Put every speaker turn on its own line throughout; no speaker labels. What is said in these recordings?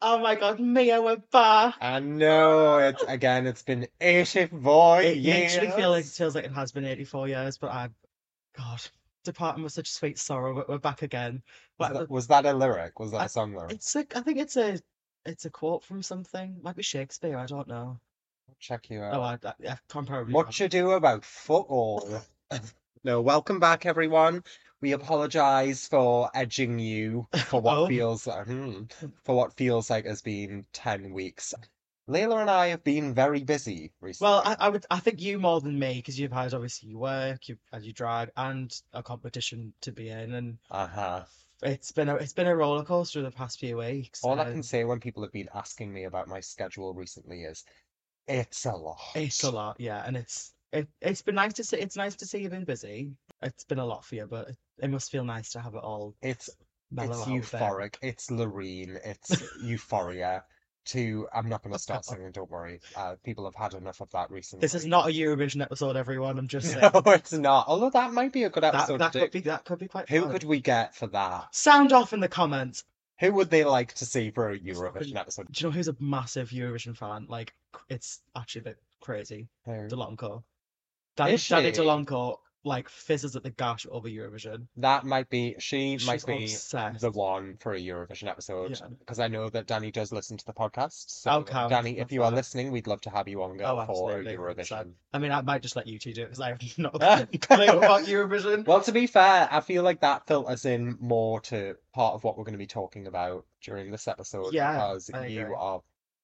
Oh my god, Mia, we're back.
I know it's again. It's been eighty-four
It
years.
makes me feel like it feels like it has been 84 years, but I, God, departing with such sweet sorrow. We're, we're back again.
was
But
that, was that a lyric? Was that
I-
a song lyric?
it's like I think it's a it's a quote from something. Might be Shakespeare. I don't know.
Check you
Oh,
out.
I, I, I can't probably.
Much ado about football. no, welcome back, everyone. We apologise for edging you for what
Oh.
feels hmm, for what feels like has been ten weeks. Layla and I have been very busy recently.
Well, I, I would. I think you more than me because you've had obviously your work, you had your drag, and a competition to be in, and
uh huh.
it's been a it's been a roller coaster the past few weeks.
All I
um,
can say when people have been asking me about my schedule recently is, it's a lot.
It's a lot, yeah, and it's it, it's been nice to see. It's nice to see you've been busy. It's been a lot for you, but it, it must feel nice to have it all
It's
mellow
it's
out a bit.
euphoric. It's Loreen. It's euphoria. To I'm not going to start singing. Don't worry. Uh, people have had enough of that recently.
This is not a Eurovision episode, everyone. I'm just saying
No, it's not. Although that might be a good
that,
episode.
that
to
could
do.
be that could be quite.
Who
fun.
could we get for that?
sound off in the comments?
Who would they like to see for a Eurovision episode?
Do you know who's a massive Eurovision fan? Like it's actually a bit crazy.
Who?
Delonco, Daddy,
Is
Daddy
she?
Delonco, like fizzes at the gash over Eurovision.
That might be. She might
She's
be
obsessed.
the one for a Eurovision episode
Yeah.
because I know that Danny does listen to the podcast. So
Okay,
Danny, if
that's
you are
fine.
listening, we'd love to have you on
Oh,
girl for a
absolutely,
Eurovision.
I mean, I might just let you two do it because I have not a clue about Eurovision.
Well, to be fair, I feel like that filters in more to part of what we're going to be talking about during this episode
Yeah,
because
I
you
agree.
are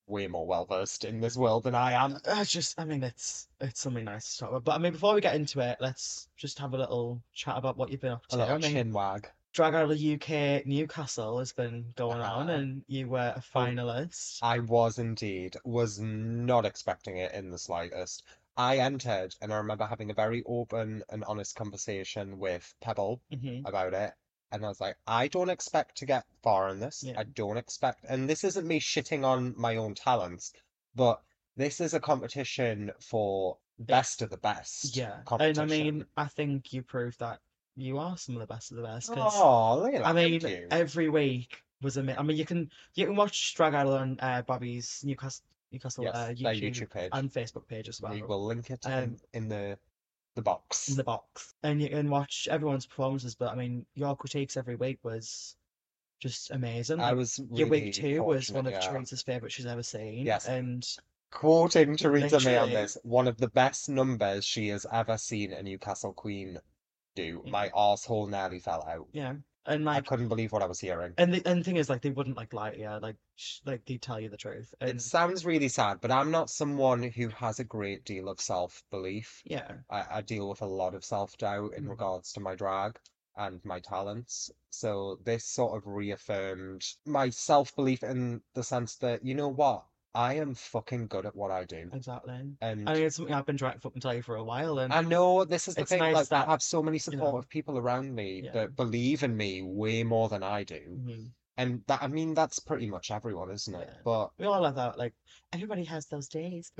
way more well versed in this world than I am.
I just, I mean, it's it's something nice to talk about. But I mean, before we get into it, let's just have a little chat about what you've been up
A
to. I
little
mean,
chin wag.
Drag Out of the UK Newcastle has been going on,
Uh-huh. Oh.
and you were a finalist.
I was indeed, was not expecting it in the slightest. I entered and I remember having a very open and honest conversation with Pebble
hmm
about it. And I was like, I don't expect to get far in this.
Yeah.
I don't expect, and this isn't me shitting on my own talents, but this is a competition for best of the best.
Yeah, and I
competition.
mean, I think you proved that you are some of the best of the best. 'cause
oh, Layla,
I mean,
thank you.
every week was a. mi- I mean, you can you can watch Drag Idol on uh, Bobby's Newcastle Newcastle
Yes,
uh,
their
YouTube,
YouTube page.
and Facebook page as well.
We will link it
Um,
in, in the the box.
in the box, and you can watch everyone's performances. But I mean, your critiques every week was just amazing.
I
Like,
was
your
really
week two was one of
fortunate, yeah.
Teresa's favorites she's ever seen.
Yes.
and
Quoting Theresa May on
Literally.
this, one of the best numbers she has ever seen a Newcastle Queen do. My arsehole nearly fell out.
yeah, and
I
like.
couldn't believe what I was hearing.
And the, and the thing is, like, they wouldn't like lie to you, like, sh- like they tell you the truth.
It
And
sounds really sad, but I'm not someone who has a great deal of self-belief.
yeah,
I, I deal with a lot of self-doubt in
Mm.
regards to my drag and my talents. So this sort of reaffirmed my self-belief in the sense that, you know what? I am fucking good at what I do.
exactly.
And
I mean, it's something I've been trying to fucking tell you for a while, and
I know this is the
It's
thing,
nice
like I
that,
have so many
know,
supportive people around me
yeah.
that believe in me way more than I do.
Mhm.
And that, I mean, that's pretty much everyone, isn't it?
Yeah.
But
we all have that. Like, everybody has those days.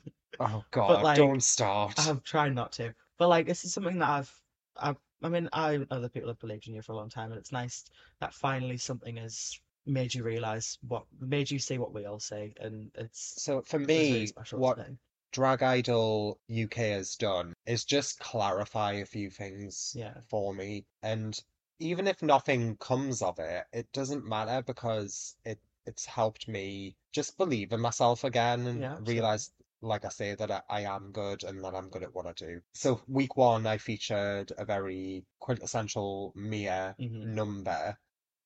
oh God,
like,
don't start.
I've tried not to, but like, this is something that I've, I've, I mean, I and other people have believed in you for a long time, and it's nice that finally something has made you realize what made you see what we all see, and it's
So for
it's really
me,
special
what
today.
Drag Idol UK has done is just clarify a few things
Yeah,
for me. And even if nothing comes of it, it doesn't matter because it it's helped me just believe in myself again and
Yeah, absolutely.
realize, like I say, that I, I am good and that I'm good at what I do. So week one, I featured a very quintessential Mia
Mhm.
number.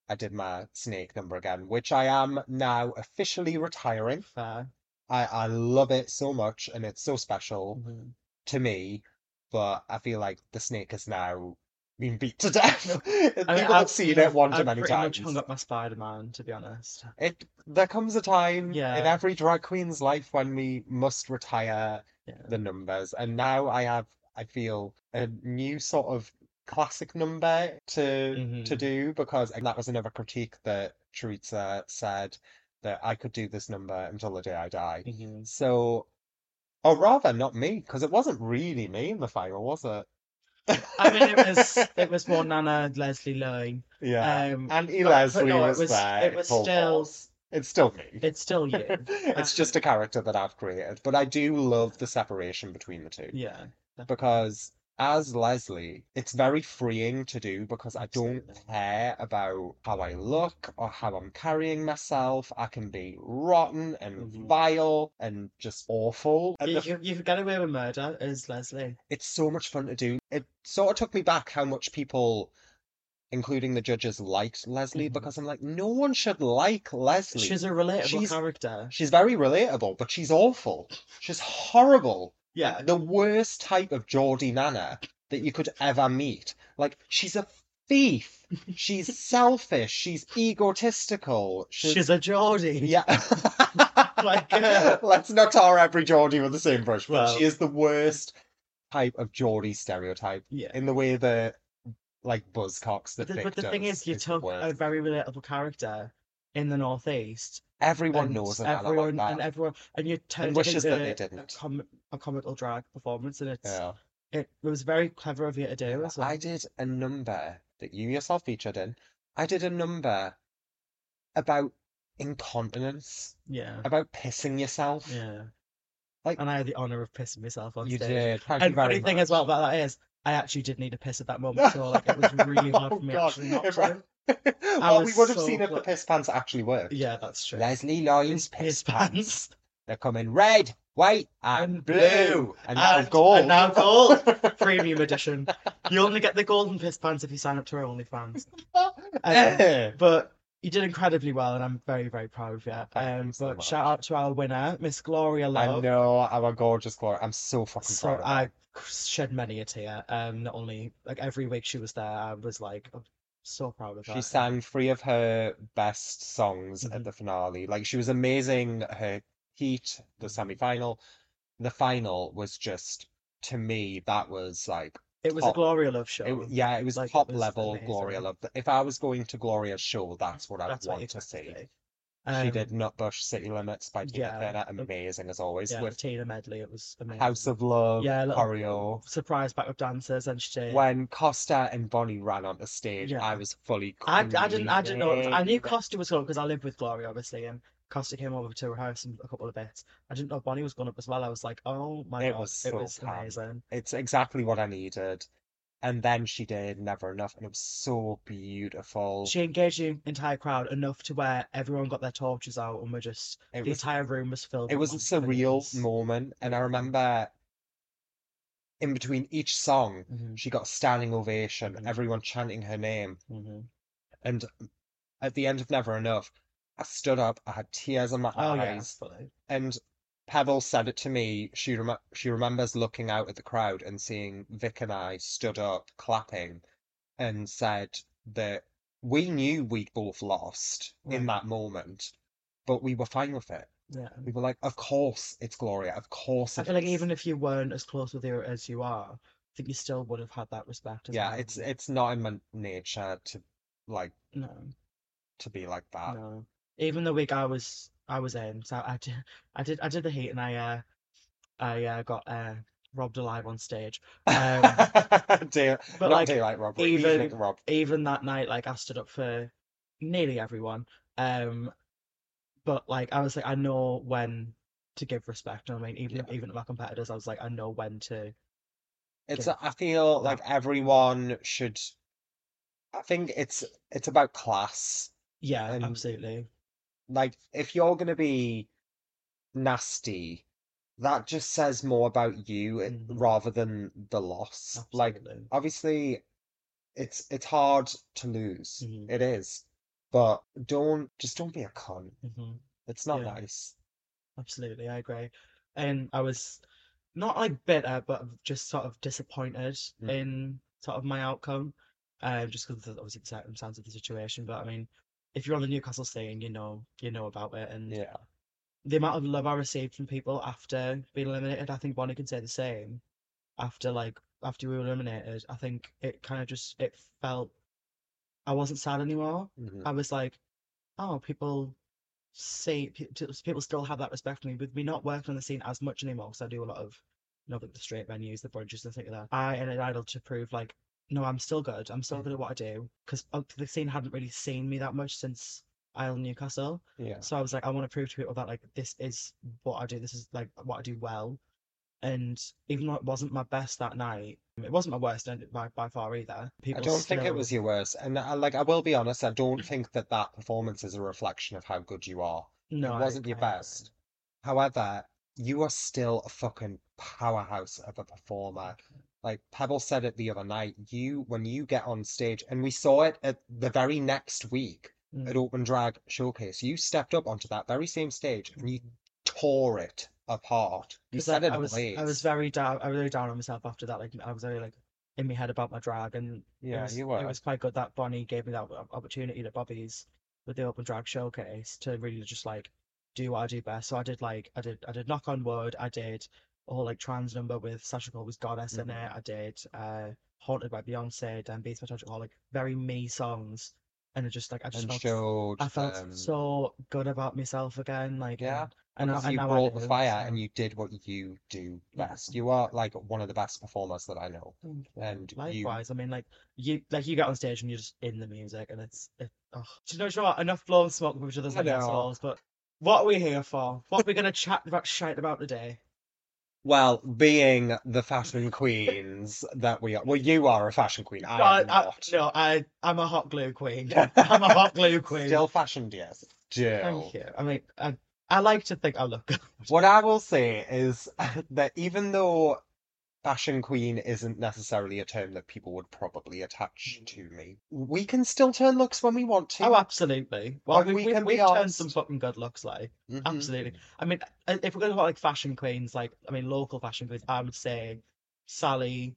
I did my snake number again, which I am now officially retiring.
fair.
I, I love it so much and it's so special
Mhm.
to me, but I feel like the snake has now been beat to death. People
I mean,
have seen it one too
I've
many
pretty much
times.
hung up my Spider-Man, to be honest.
It there comes a time
Yeah.
in every drag queen's life when we must retire
Yeah.
the numbers, and now I have I feel a new sort of classic number to to
Mhm.
do because that was another critique that Teresa said that I could do this number until the day I die.
Mhm.
So, or rather, not me, because it wasn't really me in the final, was it?
I mean, it was it was more Nana Leslie Lowe.
Yeah.
Um,
Andy
but- but
Leslie
no, it
was
was-
there
it
in
was
full
still-
force. It's still me.
It's still you.
It's just a character that I've created, but I do love the separation between the two.
Yeah.
because as Leslie, it's very freeing to do because I don't
Absolutely.
care about how I look or how I'm carrying myself. I can be rotten and
Mhm.
vile and just awful. And
You,
the-
you, you could get away with murder as Leslie.
it's so much fun to do. It sort of took me back how much people, including the judges, liked Leslie
Mhm.
because I'm like, no one should like Leslie.
She's a relatable
She's-
character.
She's very relatable, but she's awful. She's horrible.
Yeah.
The worst type of Geordie Nana that you could ever meet. Like, she's a thief. She's selfish. She's egotistical. She's,
She's a Geordie.
yeah.
Like, uh,
Let's not tar every Geordie with the same brush, but
Well-
she is the worst type of Geordie stereotype
Yeah.
in the way that, like, Buzzcocks that
But the, but the thing is, you took a very relatable character in the Northeast.
everyone
and
knows an Nana like
everyone
that.
and everyone and you turned it
wishes that
into
they
a-
didn't.
A, com- a comical drag performance, and it's
yeah.
it, it was very clever of you to do as well.
I did a number that you yourself featured in. I did a number about incontinence,
Yeah,
about pissing yourself.
yeah.
Like-
and I had the honor of pissing myself on
You
stage.
did. Thank
And
you very
funny thing as
much.
well about that is, I actually did need a piss at that moment, so like it was really hard
Oh,
for me
God.
actually not
If I-
to.
well, we
was
would have
so
seen if the
glad-
piss pants actually worked.
Yeah, that's true.
Leslie
His
Lyons piss
piss
pants.
pants.
They're coming red, white, and,
And
blue, and now
and- and
gold.
now gold. Premium edition. You only get the golden piss pants if you sign up to our OnlyFans. Um,
Eh.
but you did incredibly well, and I'm very, very proud of you.
Thank you
Um,
so
but shout out to our winner, Miss Gloria
I
Love.
know our gorgeous Gloria. I'm so fucking
So
proud of
I
her.
shed many a tear. Um, not only like every week she was there, I was like I'm so proud of her.
She sang three of her best songs at
Mhm.
the finale. Like she was amazing. Her heat, the
Mm-hmm.
semi-final, the final was just to me that was like
It was a
top.
Gloria Love show.
it, yeah, it was
Like, it
top
was
level Gloria
amazing.
Love. If I was going to Gloria's show, that's what I would
That's what
want
you
to
got
see.
today.
She
Um,
did Nutbush City Limits by Tina
yeah,
Turner,
um,
amazing as always.
Yeah,
With
Tina Medley, it was amazing.
House of Love,
Yeah, a little-
choreo.
surprise backup dancers, and she did.
When Costa and Bonnie ran onto stage,
Yeah.
I was fully
I, I didn't I didn't know I knew
creeping.
Costa was going because I lived with Gloria obviously and Costa came over to rehearse and a couple of bits. I didn't know Bonnie was going up as well. I was like, oh my
It
god,
was
it
so
was
planned.
amazing.
It's exactly what I needed. And then she did Never Enough, and it was so beautiful.
She engaged the entire crowd enough to where everyone got their torches out and we're just
It
the
was
entire room was filled.
it
with
was a
lights and it
surreal
was-
moment, and I
Yeah.
remember in between each song,
Mhm,
she got a standing ovation,
Mhm.
everyone chanting her name.
mhm.
And at the end of Never Enough, I stood up, I had tears in my
Oh yeah,
eyes,
fully.
and Pebble said it to me. She rem she remembers looking out at the crowd and seeing Vic and I stood up clapping and said that we knew we'd both lost in
Right.
that moment, but we were fine with it.
Yeah.
We were like, of course it's Gloria, of course
I
it
feel like
is."
even if you weren't as close with her as you are, I think you still would have had that respect as
Yeah,
well.
it's it's not in my nature to like
no.
to be like that.
No, even the week I was I was in, so I did I did I did the heat and I uh I uh, got uh robbed alive on stage. Um,
Day-
but,
not
like,
daylight robbery,
even-
evening rob.
even that night, like I stood up for nearly everyone. Um, but like I was like I know when to give respect. You know what I mean, even even to my competitors, I was like I know when to.
It's,
Yeah.
I feel like
That-
everyone should. I think it's it's about class.
Yeah,
And-
absolutely.
Like if you're gonna be nasty, that just says more about you it-
Mhm.
rather than the loss. Like uh,
Absolutely.
obviously, it's it's hard to lose.
Mhm.
It is, but don't just don't be a cunt.
Mhm.
It's not
Yeah.
nice.
Absolutely, I agree. And I was not like bitter, but just sort of disappointed
Mm.
in sort of my outcome, um, just because of obviously the circumstance of the situation. But I mean, if you're on the Newcastle scene, you know, you know about it. And
Yeah.
the amount of love I received from people after being eliminated, I think Bonnie can say the same. After like after we were eliminated, I think it kind of just it felt I wasn't sad anymore.
Mhm.
I was like, oh, people say pe- t- people still have that respect for me with me not working on the scene as much anymore because I do a lot of you know like the straight venues, the brunches, and things like that. I ended idol to prove like,
Mm.
oh, no, I'm still good. I'm still good at what I do because the scene hadn't really seen me that much since Isle of Newcastle.
Yeah.
So I was like, I want to prove to people that like this is what I do. This is like what I do well. And even though it wasn't my best that night, it wasn't my worst and by, by far either.
I
People Mm.
don't think it
still-
was your worst. And I, like, I will be honest, I don't think that that performance is a reflection of how good you are.
No,
it
I-
wasn't your
I-
best. However, you are still a fucking powerhouse of a performer. Like Pebble said it the other night, you when you get on stage, and we saw it at the very next week
Mm.
at Open Drag Showcase, you stepped up onto that very same stage and you tore it apart. You
'Cause,
said
like,
it
I
in
was I
Blaze.
was very down. I was very down on myself after that. Like I was very like in my head about my drag, and it
Yeah,
was,
you
It
were.
was quite good that Bonnie gave me that op- opportunity at Bobby's with the open drag showcase to really just like do what I do best. So I did like I did I did knock on wood. I did a whole like trans number with Sasha Colby's Goddess in
Mhm.
it. I did uh Haunted by Beyonce, Dan Beats by Tragic Hall, like very me songs, and it just like I just
and
felt
showed
I felt
um,
so good about myself again. Like
Yeah,
and, and, now-
because
and
you
now I
brought the
do,
fire
so.
and you did what you do
Yeah.
best. You are like one of the best performers that I know.
Mm.
And you
Likewise, I mean, like you, like you get on stage and you're just in the music, and it's, it, oh. do you know, do you know what? Enough blowing smoke with each other's
I
like
know.
assholes, but what are we here for? What are we gonna chat about, shite about today?
Well, being the fashion queens that we are, well, you are a fashion queen. I am
I- I-
not.
no, I, I'm a hot glue queen. I'm a hot glue queen.
Still fashion, dear. Still.
Thank you. I mean, I, I like to think I look oh, good.
What I will say is that even though fashion queen isn't necessarily a term that people would probably attach to me, we can still turn looks when we want to.
Mm. Oh, absolutely. Well,
Like,
we,
we
we,
can
we've
be
turned some
honest.
fucking good looks, like.
Mhm.
Absolutely. I mean, i- if we're going to talk like fashion queens, like I mean, local fashion queens, I would say Sally,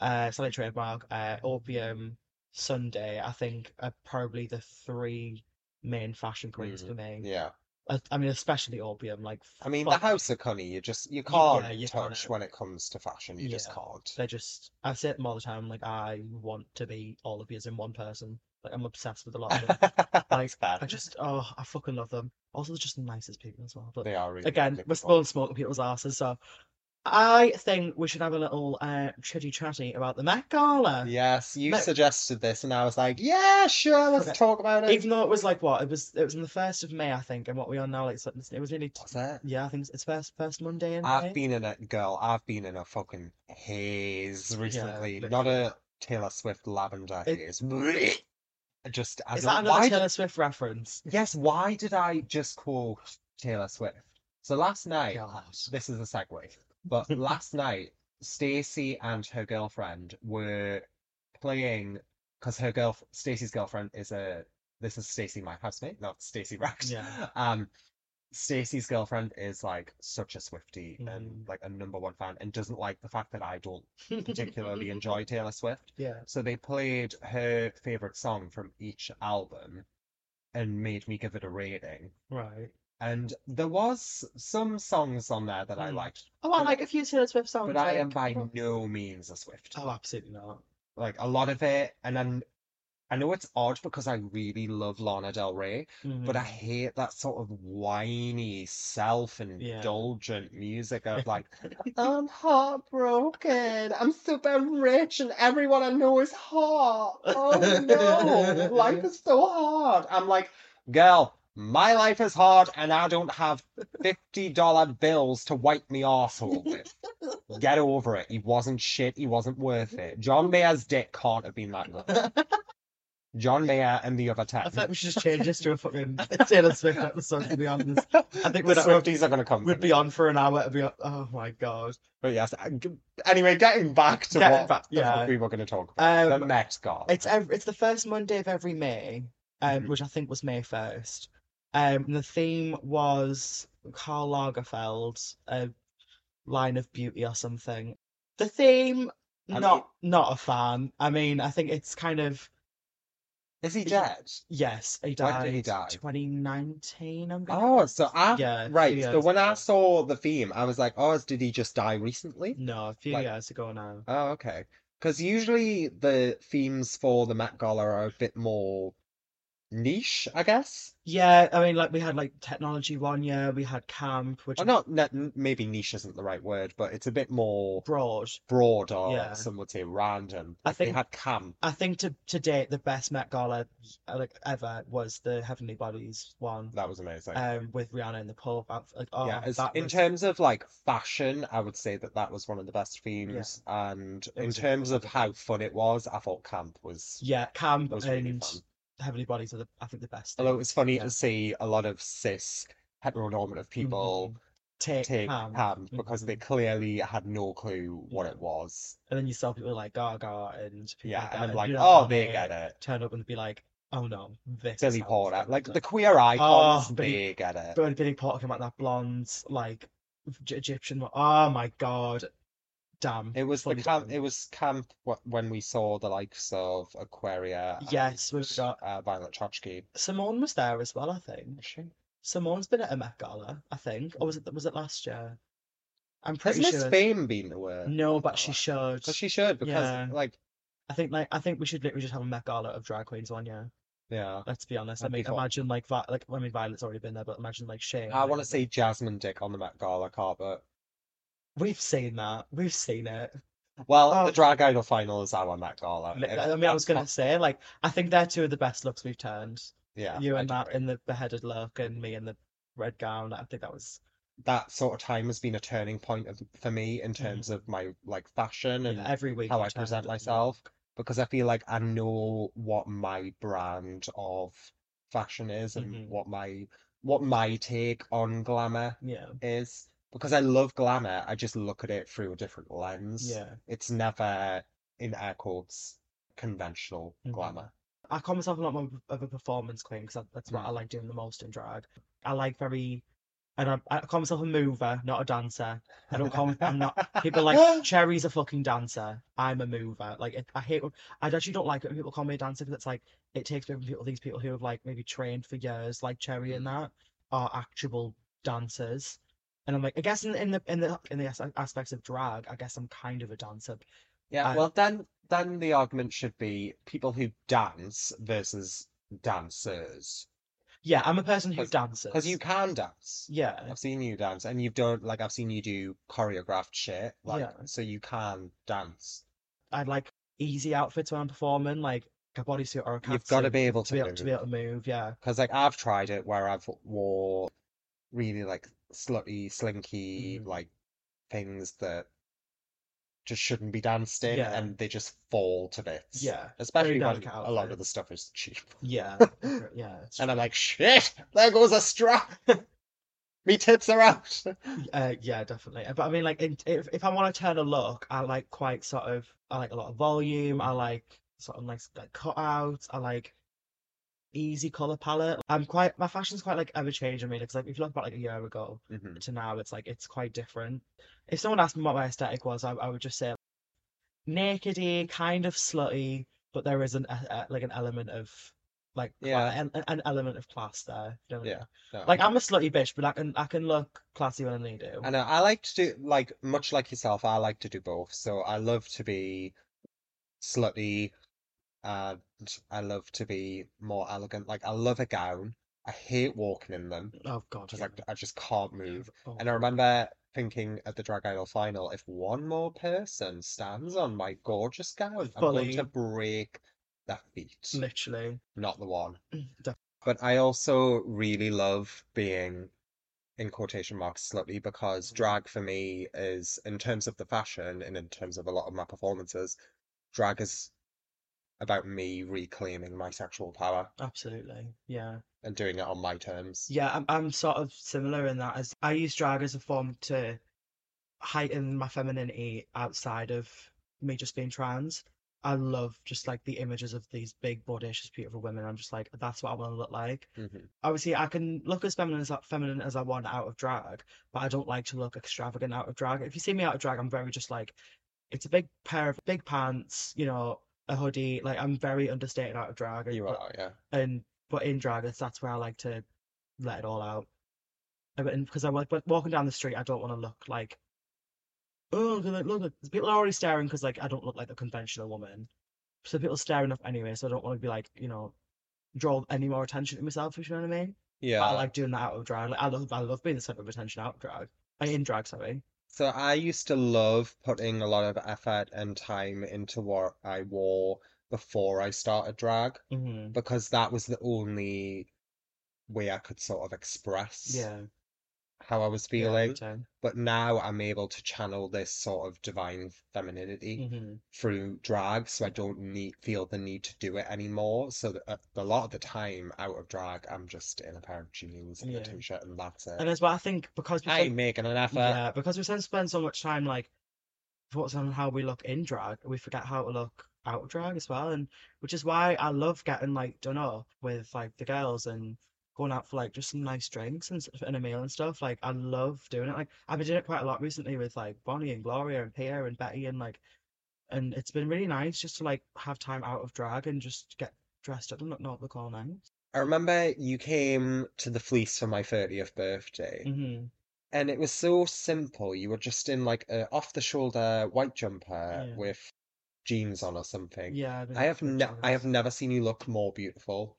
uh, Sally Trademark, uh, Opium, Sunday. I think are probably the three main fashion queens for me.
Mm-hmm. Yeah.
I, I mean, especially Opium. Like,
I mean, the
fuck,
House of Cunny, you just you
yeah,
can't
you
touch
can't.
when it comes to fashion. You just
Yeah.
can't.
They're just. I say it them all the time. Like, I want to be all of yous in one person. Like, I'm obsessed with a lot of them.
That's bad.
I just, oh, I fucking love them. Also, they're just the nicest people as well. But
They are really
again, we're
difficult.
blowing smoke up people's asses, so I think we should have a little uh, chitty chatty about the Met Gala.
Yes, you
No.
suggested this, and I was like, yeah, sure, let's
Okay.
talk about it.
Even though it was like what it was, it was on the first of May, I think, and what we are now, like so it's- it was really,
What's that?
yeah, I think it's first first Monday in May.
I've been in a girl, I've been in a fucking haze recently. Not
literally.
a Taylor Swift lavender
It-
haze. Blech. I just I
Is
don't-
that another
why did-
Taylor Swift reference?
yes, why did I just quote Taylor Swift? So last night,
God.
this is a segue, but last night, Stacey and her girlfriend were playing because her girl Stacey's girlfriend is a this is Stacey, my housemate, not Stacey Rex.
Yeah.
Um, Stacey's girlfriend is like such a Swiftie and
Mhm.
like a number one fan and doesn't like the fact that I don't particularly enjoy Taylor Swift.
yeah.
So they played her favorite song from each album and made me give it a rating.
Right.
And there was some songs on there that I
Hmm.
liked,
Oh, I
But-
like a few Taylor Swift songs.
but I am
like-
by no means a Swift.
Oh, absolutely not.
Like a lot of it, and then I know it's odd because I really love Lana Del Rey, but I
Mhm.
hate that sort of whiny, self-indulgent music of like, I'm heartbroken, I'm super rich, and everyone I know is hot. Oh no, life is so hard. I'm like, girl, my life is hard, and I don't have $50 bills to wipe me arsehole with. Get over it. He wasn't shit, he wasn't worth it. John Mayer's dick can't have been that good. John Mayer and the other
I
10.
think we should just change this to a fucking Taylor Swift episode. To be honest,
I
think
the
we'd- we'd-
Swifties are going to come.
we'd
for
be
me.
on for an hour. It'd be like, oh my god.
But yes. uh, g- Anyway, getting back to
Getting
what,
back-
the fuck
yeah.
we were going to talk about.
Um,
the Met Gala.
It's ev it's the first Monday of every May, um,
Mhm.
which I think was May first. Um, and the theme was Karl Lagerfeld's uh, line of beauty or something. The theme,
I
not not a fan. I mean, I think it's kind of
Is he
it's-
dead?
yes, he
When did he
died
die?
2019. I'm gonna
Oh,
guess.
so I
yeah, a few
right. So
years
when I
ago.
saw the theme, I was like, "Oh, did he just die recently?"
no, a few
like-
years ago now.
Oh, okay. Because usually the themes for the Met Gala are a bit more niche, I guess.
Yeah, I mean, like we had like technology one year, we had camp, which
Or
is
not, not maybe niche isn't the right word, but it's a bit more
broad.
broad or
Yeah.
some would say random.
I
Like, they
think-
had camp.
I think to to date the best Met Gala uh, like ever was the Heavenly Bodies one,
That was amazing.
um, with Rihanna in the pub. I- Like, oh,
yeah, as,
that
in
was-
terms of like fashion, I would say that that was one of the best themes. And in
was a-
terms of how fun it was, I thought camp was
yeah, camp
was really
and
fun.
Heavenly Bodies are the I think the best.
Although it was funny
Yeah.
to see a lot of cis heteronormative people
Mm-hmm. take,
take
camp,
camp, because they
Mhm.
clearly had no clue what
Yeah.
it was.
and then you saw people like Gaga and people
Yeah,
like that,
and I'm
and
like,
you're
oh, they get it.
Turn up and be like, oh no, this
Billy
sounds
Porter, like
good."
the queer icons,
Oh, but he-
they get it.
But when Billy Porter came out that blonde, like Eg- Egyptian, one- oh my god, damn!
It was the
fully
camp.
done.
It was camp wh- when we saw the likes of Aquaria.
Yes,
and,
we've got-
uh, Violet Chachki.
Simone was there as well, I think.
Is she?
Simone's been at a Met Gala, I think, or was it was it last year? I'm
Has
pretty
Miss
sure.
Fame been to her?
No, but she
Gala?
should.
'Cause she should because
Yeah.
like
I think like I think we should literally just have a Met Gala of drag queens one year.
yeah.
Let's be honest. I
That'd be
mean,
fun.
imagine like Vi- like I mean Violet's already been there, but imagine like Shane.
I want to
see.
see Jasmine Dick on the Met Gala carpet.
We've seen that. We've seen it.
Well,
Oh.
the Drag Idol final is our Met Gala.
Li-
and
I mean, I was gonna
that's
say like I think they're two of the best looks we've turned.
not- yeah,
you
I
and
do
Matt
agree.
in the beheaded look, and me in the red gown. I think that was
that sort of time has been a turning point of, for me in terms of my like fashion
Mm. yeah,
and
every week.
how
we
I
turned
present
up and
myself
look.
because I feel like I know what my brand of fashion is and
Mhm.
what my what my take on glamour
Yeah,
is. Because I love glamour, I just look at it through a different lens.
yeah.
It's never in air quotes conventional
Mhm.
glamour.
I call myself a lot more of a performance queen because that's what I like doing the most in drag. I like very, and I, I call myself a mover, not a dancer. I don't call. I'm not. People are like Cherry's a fucking dancer. I'm a mover. Like it, I hate. when- I actually don't like it when people call me a dancer because it's like it takes me from people these people who have like maybe trained for years, like Cherry and
Mm.
that, are actual dancers. And I'm like, I guess in, in the in the in the as- aspects of drag, I guess I'm kind of a dancer.
Yeah,
I-
well then then the argument should be people who dance versus dancers.
Yeah, I'm a person who
'Cause-
dances.
Because you can dance.
Yeah.
I've seen you dance and you've done like I've seen you do choreographed shit. Like
Yeah.
so you can dance.
I like easy outfits when I'm performing, like a bodysuit or a catsuit.
You've got to be able
to be able to be
move.
able to move. Yeah,
Because like I've tried it where I've wore really like slutty, slinky
Mhm.
like things that just shouldn't be danced in,
Yeah.
and they just fall to bits.
Yeah,
Especially when
delicate
a lot of
outfits.
the stuff is cheap.
yeah, yeah. it's
And I'm like, shit, there goes a strap. Me tips are out.
Uh, yeah, definitely. But I mean, like, in, if if I want to turn a look, I like quite sort of, I like a lot of volume. I like sort of nice like cutouts. I like easy color palette. I'm quite my fashion's quite like ever changing really because like if you look about like a year ago
Mhm.
to now, it's like it's quite different. If someone asked me what my aesthetic was, I, I would just say nakedy, kind of slutty, but there is an uh, uh, like an element of like cla-
Yeah.
an, an element of class there. if you know what I
Yeah.
mean.
No.
Like I'm a slutty bitch, but I can I can look classy when I need to.
I know. I like to do like much like yourself. I like to do both. So I love to be slutty, and I love to be more elegant. Like I love a gown. I hate walking in them
Oh God,
because
yeah.
like I just can't move.
Oh,
And I remember thinking at the Drag Idol final, if one more person stands on my gorgeous gown, I'm going
Fully.
to break their feet,
literally.
not the one.
Mm, Def-
But I also really love being, in quotation marks, slutty because
Mhm.
drag for me is, in terms of the fashion and in terms of a lot of my performances, drag is about me reclaiming my sexual power
Absolutely, yeah,
and doing it on my terms.
yeah. I'm I'm sort of similar in that as I use drag as a form to heighten my femininity outside of me just being trans. I love just like the images of these big, bodacious, beautiful women. I'm just like, that's what I want to look like.
Mhm.
Obviously, I can look as feminine as feminine as I want out of drag, but I don't like to look extravagant out of drag. If you see me out of drag, I'm very just like, it's a big pair of big pants, you know, a hoodie. Like I'm very understated out of drag. and-
You
but-
are, yeah.
and but in drag it's- that's where I like to let it all out. And because I'm like but walking down the street, I don't want to look like oh look at- look at-" people are already staring because like I don't look like a conventional woman, so people are staring up anyway. So I don't want to be like you know draw any more attention to myself, if you know what I mean. But
Yeah.
I like doing that out of drag. Like I love I love being the centre of attention out of drag. I in drag, sorry.
So I used to love putting a lot of effort and time into what I wore before I started drag
hmm
because that was the only way I could sort of express
Yeah.
how I was
yeah,
feeling.
big time.
But now I'm able to channel this sort of divine femininity
Mhm.
through drag, so I don't need feel the need to do it anymore. So that a, a lot of the time out of drag, I'm just in a pair of jeans and a
Yeah.
t-shirt and that's it.
And as well, I think because we
I
spend-
ain't making an effort.
yeah, because we tend to spend so much time like focusing on how we look in drag, we forget how to look out of drag as well, and which is why I love getting like done up with like the girls and going out for like just some nice drinks and, stuff and a meal and stuff. Like I love doing it. Like I've been doing it quite a lot recently with like Bonnie and Gloria and Pierre and Betty and like, and it's been really nice just to like have time out of drag and just get dressed up and look not look all nice.
I remember you came to the Fleece for my 30th birthday,
hmm
and it was so simple. You were just in like a off-the-shoulder white jumper
Yeah.
with jeans on or something.
Yeah, I've been
I have
good
ne I have
choice.
never seen you look more beautiful.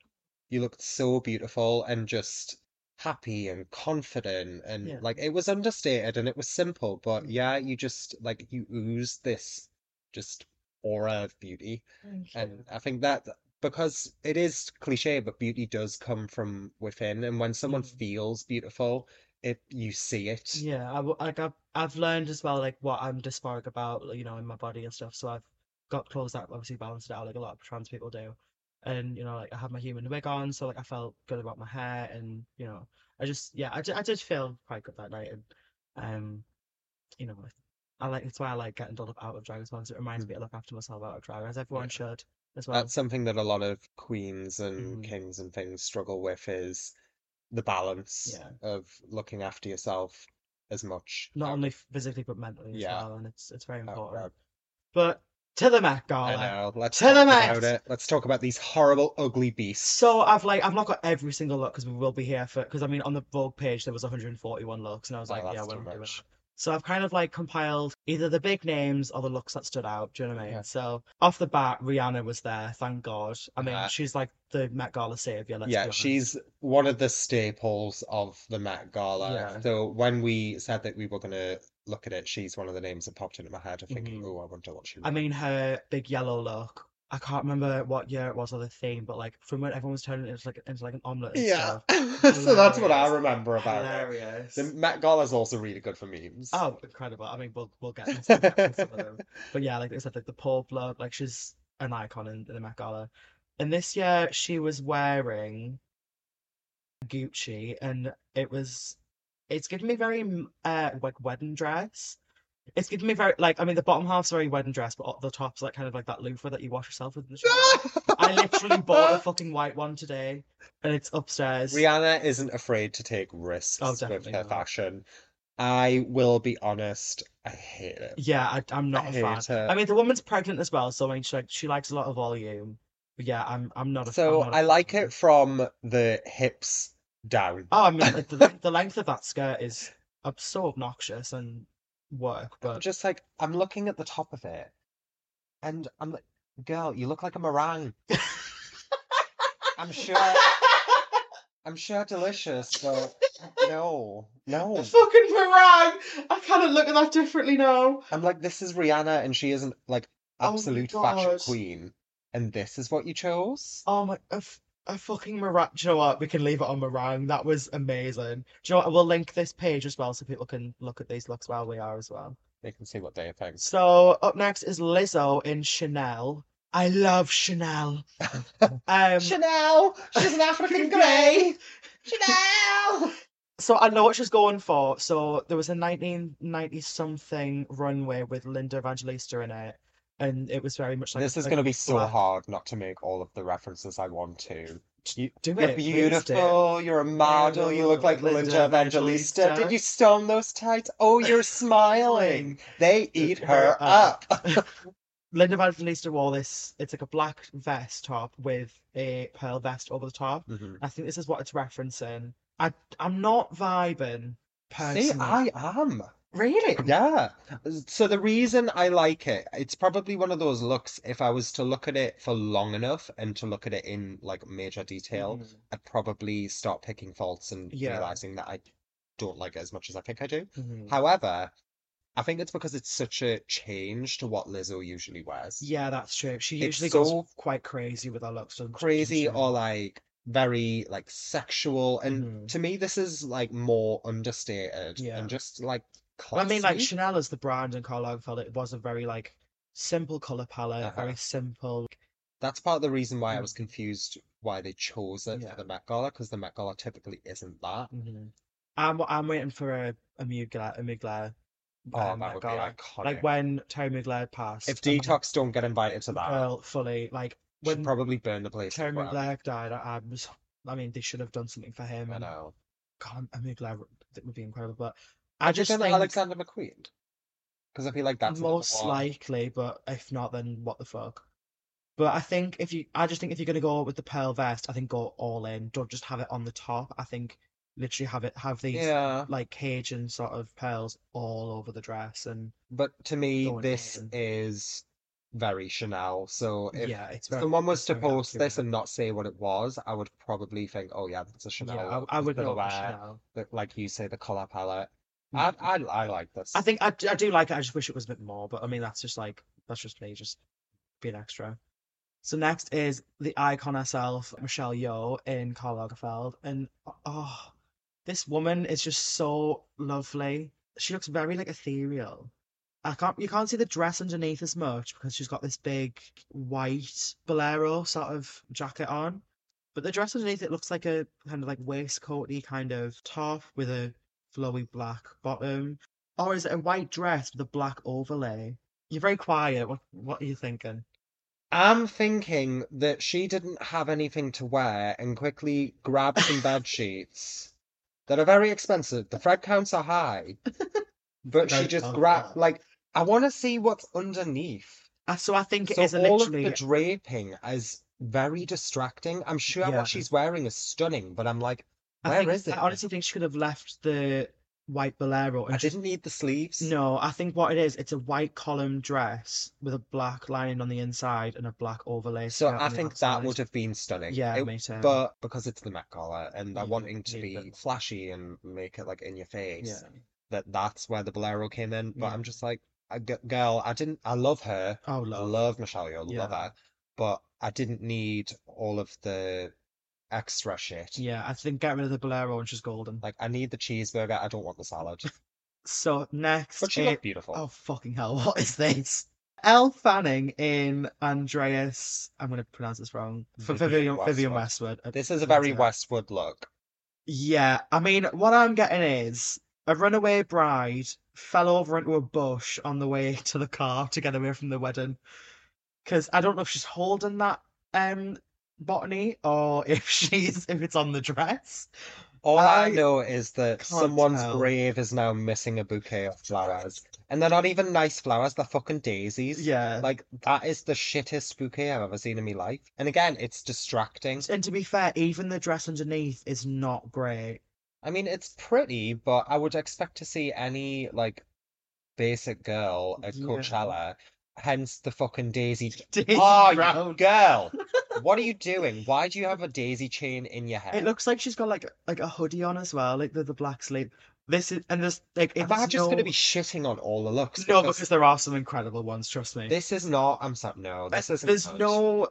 You looked so beautiful and just happy and confident and
Yeah.
like it was understated and it was simple, but
Mm.
yeah, you just like you oozed this just aura of beauty.
Thank you.
And I think that because it is cliche, but beauty does come from within, and when someone
Mm.
feels beautiful, it you see it.
Yeah, I w- like I've I've learned as well like what I'm dysphoric about, like, you know, in my body and stuff. So I've got clothes that obviously balance it out, like a lot of trans people do. And you know, like I had my human wig on, so like I felt good about my hair, and you know, I just yeah, I, d- I did feel quite good that night, and um, you know, I like it's why I like getting dolled up out of drag as well, 'cause it reminds
Mm.
me to look after myself out of drag, as everyone
Yeah.
should as well.
That's something that a lot of queens and
Mhm.
kings and things struggle with is the balance
Yeah.
of looking after yourself as much.
Not
out
only f- physically but mentally as
Yeah.
well, and it's it's very
of- out
important.
of-
But to the Met Gala.
I know. Let's
To the
talk about
max.
it. Let's talk about these horrible, ugly beasts.
So I've like I've not got every single look because we will be here for because I mean on the Vogue page there was 141 looks and I was
Oh,
like yeah
that's
we're
too
not doing
much.
that. So I've kind of like compiled either the big names or the looks that stood out. Do you know what I mean?
Okay.
So off the bat, Rihanna was there. Thank God. I mean
Uh,
she's like the Met Gala savior. Let's be
Yeah,
honest.
she's one of the staples of the Met Gala.
Yeah.
So when we said that we were gonna look at it, she's one of the names that popped into my head. I'm thinking,
Mhm.
oh, I wonder what she
I
wore.
mean, her big yellow look. I can't remember what year it was or the theme, but like from when everyone was turning it into like into like an omelet and
Yeah,
stuff.
so that's what I
Hilarious.
remember about it.
Hilarious.
The Met Gala is also really good for memes.
Oh, incredible. I mean, we'll we'll get into we'll get into some of them. But yeah, like I said, like the Paul blood, like she's an icon in, in the Met Gala. And this year she was wearing Gucci, and it was, it's giving me very mm, uh like wedding dress. It's giving me very like I mean the bottom half's very wedding dress, but up the top's like kind of like that loofah that you wash yourself with in the shower. I literally bought a fucking white one today, and it's upstairs.
Rihanna isn't afraid to take risks
Oh,
with
definitely
her
not.
fashion. I will be honest, I hate it.
Yeah, I, I'm not a fan.
hate it.
I mean, the woman's pregnant as well, so I mean, she like she likes a lot of volume. But yeah, I'm I'm not a. I'm
So
not a
I like
fan.
it from the hips down.
Oh, I mean, like the length, the length of that skirt is ob- so obnoxious and work,
I'm
but
just like I'm looking at the top of it, and I'm like, girl, you look like a meringue. I'm sure, I'm sure delicious, but no, no.
fucking meringue. I kind of look at that differently now.
I'm like, this is Rihanna, and she isn't like
Oh my
absolute fashion
God.
queen, and this is what you chose.
Oh my, a, f- a fucking meringue. Do you know what? We can leave it on meringue. That was amazing. Do you know what? We'll link this page as well, so people can look at these looks while we are as well.
They can see what they think.
So up next is Lizzo in Chanel. I love Chanel. Um,
Chanel, she's an African grey. Chanel.
so I know what she's going for. So there was a 1990 something runway with Linda Evangelista in it, and it was very much like
This is
like,
going to be so
black-
hard not to make all of the references I want to. You,
Do
You're
it, please do.
beautiful. You're a model. You look like
Linda
Linda Evangelista. Did
Evangelista.
you stone those tights? Oh, you're smiling. They eat her up.
Linda Evangelista wore this. It's like a black vest top with a pearl vest over the top. I think this is what it's referencing. I I'm not vibing
See,
personally.
I am.
Really?
Yeah. So the reason I like it, it's probably one of those looks, if I was to look at it for long enough and to look at it in like major detail,
Mhm.
I'd probably start picking faults and
Yeah.
realizing that I don't like it as much as I think I do.
Mhm.
However, I think it's because it's such a change to what Lizzo usually wears.
Yeah, that's true. She
It's
usually
so-
goes quite crazy with her looks. doesn't she?
Crazy
She-
or like very like sexual, and
Mhm.
to me this is like more understated
Yeah.
and just like
Well, I mean, like
classy.
Chanel is the brand, and Karl Lagerfeld. It was a very like simple color palette,
Uh-huh.
very simple.
That's part of the reason why I was
Mm.
confused why they chose it
Yeah.
for the Met Gala, because the Met Gala typically isn't that.
Mhm. I'm I'm waiting for a a Mugler, a Mugler,
Oh,
um,
that
Met
would be
Gala.
iconic.
Like when Terry Mugler passed,
If
I'm like,
Detox don't get invited to that,
girl, fully like
should
Uh, when
probably burn the place to
Terry
ground.
Mugler died. I, I was, I mean, they should have done something for him.
I
And
know.
God, a Mugler that would be incredible. But I
Would you
just
burn
think
Alexander McQueen? Because I feel like that's another
most
one.
likely, but if not, then what the fuck? But I think if you, I just think if you're gonna go with the pearl vest, I think go all in. Don't just have it on the top. I think literally have it have these
Yeah,
like Cajun sort of pearls all over the dress, and
but to me,
Going
this
in.
is very Chanel. So if
yeah, it's very.
someone was
it's
to
very
post this
accurate.
and not say what it was, I would probably think, oh yeah, that's a Chanel.
yeah,
look,
I, I
the
would know it was
silhouette,
Chanel.
the- like you say, the color palette. I
Mhm.
I I like this.
I think I, d- I do like it. I just wish it was a bit more. But I mean, that's just like that's just me, just being extra. So next is the icon herself, Michelle Yeoh in Karl Lagerfeld, and oh, this woman is just so lovely. She looks very like ethereal. I can't you can't see the dress underneath as much because she's got this big white bolero sort of jacket on. But the dress underneath it looks like a kind of like waistcoaty kind of top with a flowy black bottom. Or is it a white dress with a black overlay? You're very quiet. What what are you thinking?
I'm thinking that she didn't have anything to wear and quickly grabbed some bed sheets that are very expensive. The thread counts are high, but she
Very
just
tough,
grabbed
yeah.
like I want to see what's underneath.
Uh, So I think it
So
is a
all of
literally
the draping is very distracting. I'm sure
Yeah.
what she's wearing is stunning, but I'm like,
I
where
think,
is it?
I honestly think she could have left the white bolero and
I
just
didn't need the sleeves.
No, I think what it is, it's a white column dress with a black lining on the inside and a black overlay.
So
skirt
I
on the
think that would
outside.
have been stunning.
Yeah,
It-
me too.
but because it's the Met Gala and they're
Mm. Yeah,
wanting to
need a bit
be
more.
flashy and make it like in your face,
yeah,
that that's where the bolero came in. But
Yeah.
I'm just like, I g girl, I didn't, I love her.
oh
I
love,
love Michelle Yeoh, love
Yeah.
her. But I didn't need all of the extra shit.
yeah. I think get rid of the bolero and she's golden.
Like, I need the cheeseburger. I don't want the salad.
So next,
But she
it-
looked beautiful.
oh fucking hell, what is this? Elle Fanning in Andreas. I'm gonna pronounce this wrong. For
Vivian
Vivian, Vivian
Westwood.
Westwood. uh,
This is a
that's
very
it.
Westwood look.
Yeah, I mean, what I'm getting is a runaway bride fell over into a bush on the way to the car to get away from the wedding. Because I don't know if she's holding that um botany or if she's if it's on the dress.
All I
I
know is that
can't
someone's
tell.
grave is now missing a bouquet of flowers. And they're not even nice flowers, they're fucking daisies.
Yeah.
Like, that is the shittest bouquet I've ever seen in my life. And again, it's distracting.
And to be fair, even the dress underneath is not great.
I mean, it's pretty, but I would expect to see any, like, basic girl at
Yeah.
Coachella, hence the fucking daisy.
Daisy
Oh, you
Brown.
girl! What are you doing? Why do you have a daisy chain in your
It
hair?
looks like she's got like like a hoodie on as well, like the, the black sleeve. This is and this like
Am
it's
I just going to
no
be shitting on all the looks?
no because there are some incredible ones, trust me.
This is not. I'm sorry. No, this
There's-
isn't.
Uh, There's
good.
no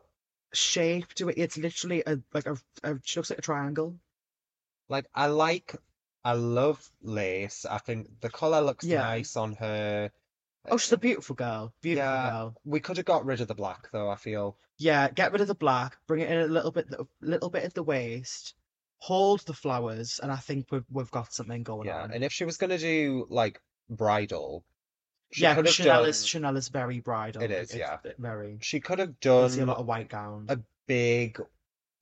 shape to it. It's literally a like a, a she looks like a triangle.
Like I like. I love lace. I think the color looks
Yeah.
nice on her.
Oh, she's a beautiful girl. Beautiful
Yeah.
girl.
We could have got rid of the black though. I feel.
Yeah, get rid of the black, bring it in a little bit, a little bit at the waist, hold the flowers, and I think we've we've got something going
Yeah.
on.
Um, And if she was gonna do like bridal, she
yeah,
could
'cause
have
Chanel
done.
is Chanel is very bridal.
It
like,
is,
it's
yeah. Um,
b- very.
She could have
You see a
done
lot of white gowns.
a big,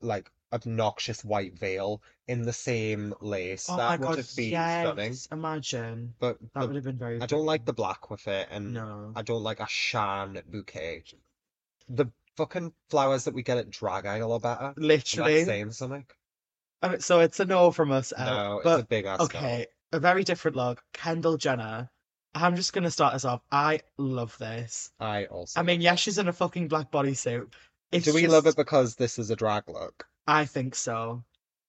like obnoxious white veil in the same lace.
Oh
that
my
would
God,
have been stunning.
yes! Imagine
But
that
the-
would have been very.
I don't like the
pretty.
black with it, and
No.
I don't like a Shan bouquet. The fucking flowers that we get at Drag Isle are better. and That's
Literally.
saying something.
I mean, so it's a no from us, Elle,
No, it's
Uh, but
a big ass no.
Okay, a very different look. Kendall Jenner I'm just gonna start us off. I love this.
I also.
I mean, yeah, she's in a fucking black bodysuit. It's
Do we love
just-
it because this is a drag look?
I think so.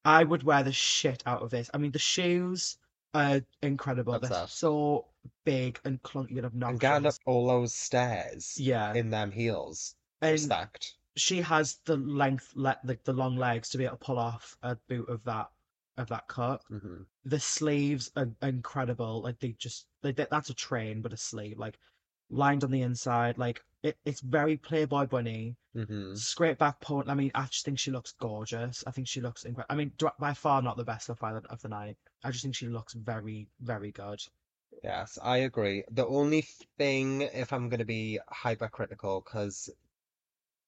I would wear the shit out of this. I mean, the shoes are incredible. They're
Obsessed.
so big and clunky and
And
obnoxious.
going up all those stairs
yeah,
in them heels.
and
Respect.
she has the length, le- the, the long legs to be able to pull off a boot of that of that cut.
Mhm.
The sleeves are incredible. Like they just, like that that's a train, but a sleeve, like lined on the inside. Like it, it's very Playboy Bunny.
Mhm.
Straight back point. I mean, I just think she looks gorgeous. I think she looks incredible. I mean, dra- by far not the best Love Island of the night. I just think she looks very, very good.
Yes, I agree. The only thing, if I'm going to be hypercritical, because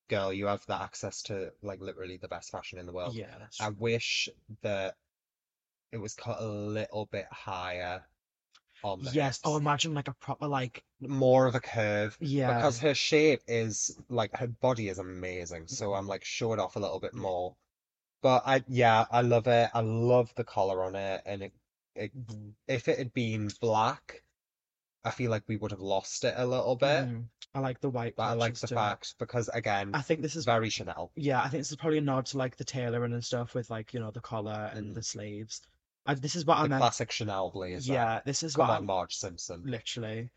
girl, you have the access to like literally the best fashion in the world.
yeah, that's
Oh, I
true.
wish that it was cut a little bit higher on the
yes. Oh,
hips.
imagine like a proper like
More of a curve
yeah.
because her shape is like her body is amazing. So
Mm-hmm.
I'm like show it off a little bit more. But I yeah, I love it. I love the collar on it and it, it if it had been black, I feel like we would have lost it a little bit.
Mm. I like the white.
But I like
patches
the
too.
fact because again,
I think this is
very Chanel.
yeah. I think this is probably a nod to like the tailoring and stuff with like you know the collar and the sleeves. I, this is what I
Mm. The
meant.
classic Chanel blazer.
yeah, this is
Come
what
on,
I,
Marge Simpson.
literally.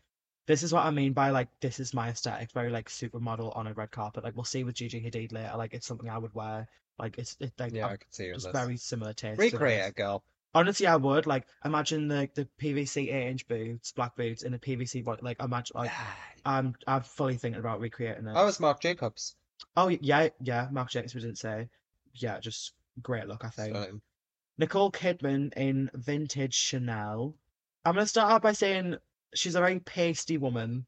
This is what I mean by like this is my aesthetic, very like supermodel on a red carpet. Like we'll see with Gigi Hadid later. Like it's something I would wear. Like it's it, like
Yeah,
I've
I could see her in
just
this.
very similar taste. to
Recreate
this.
it, girl.
Honestly, I would like imagine the the PVC eight inch boots, black boots, and a PVC bo- like imagine like I'm I'm fully thinking about recreating it.
Oh, it's Marc Jacobs.
Oh yeah, yeah. Mark Jacobs we didn't say. Yeah, just great look. I think
Stunning.
Nicole Kidman in vintage Chanel. I'm gonna start out by saying she's a very pasty woman,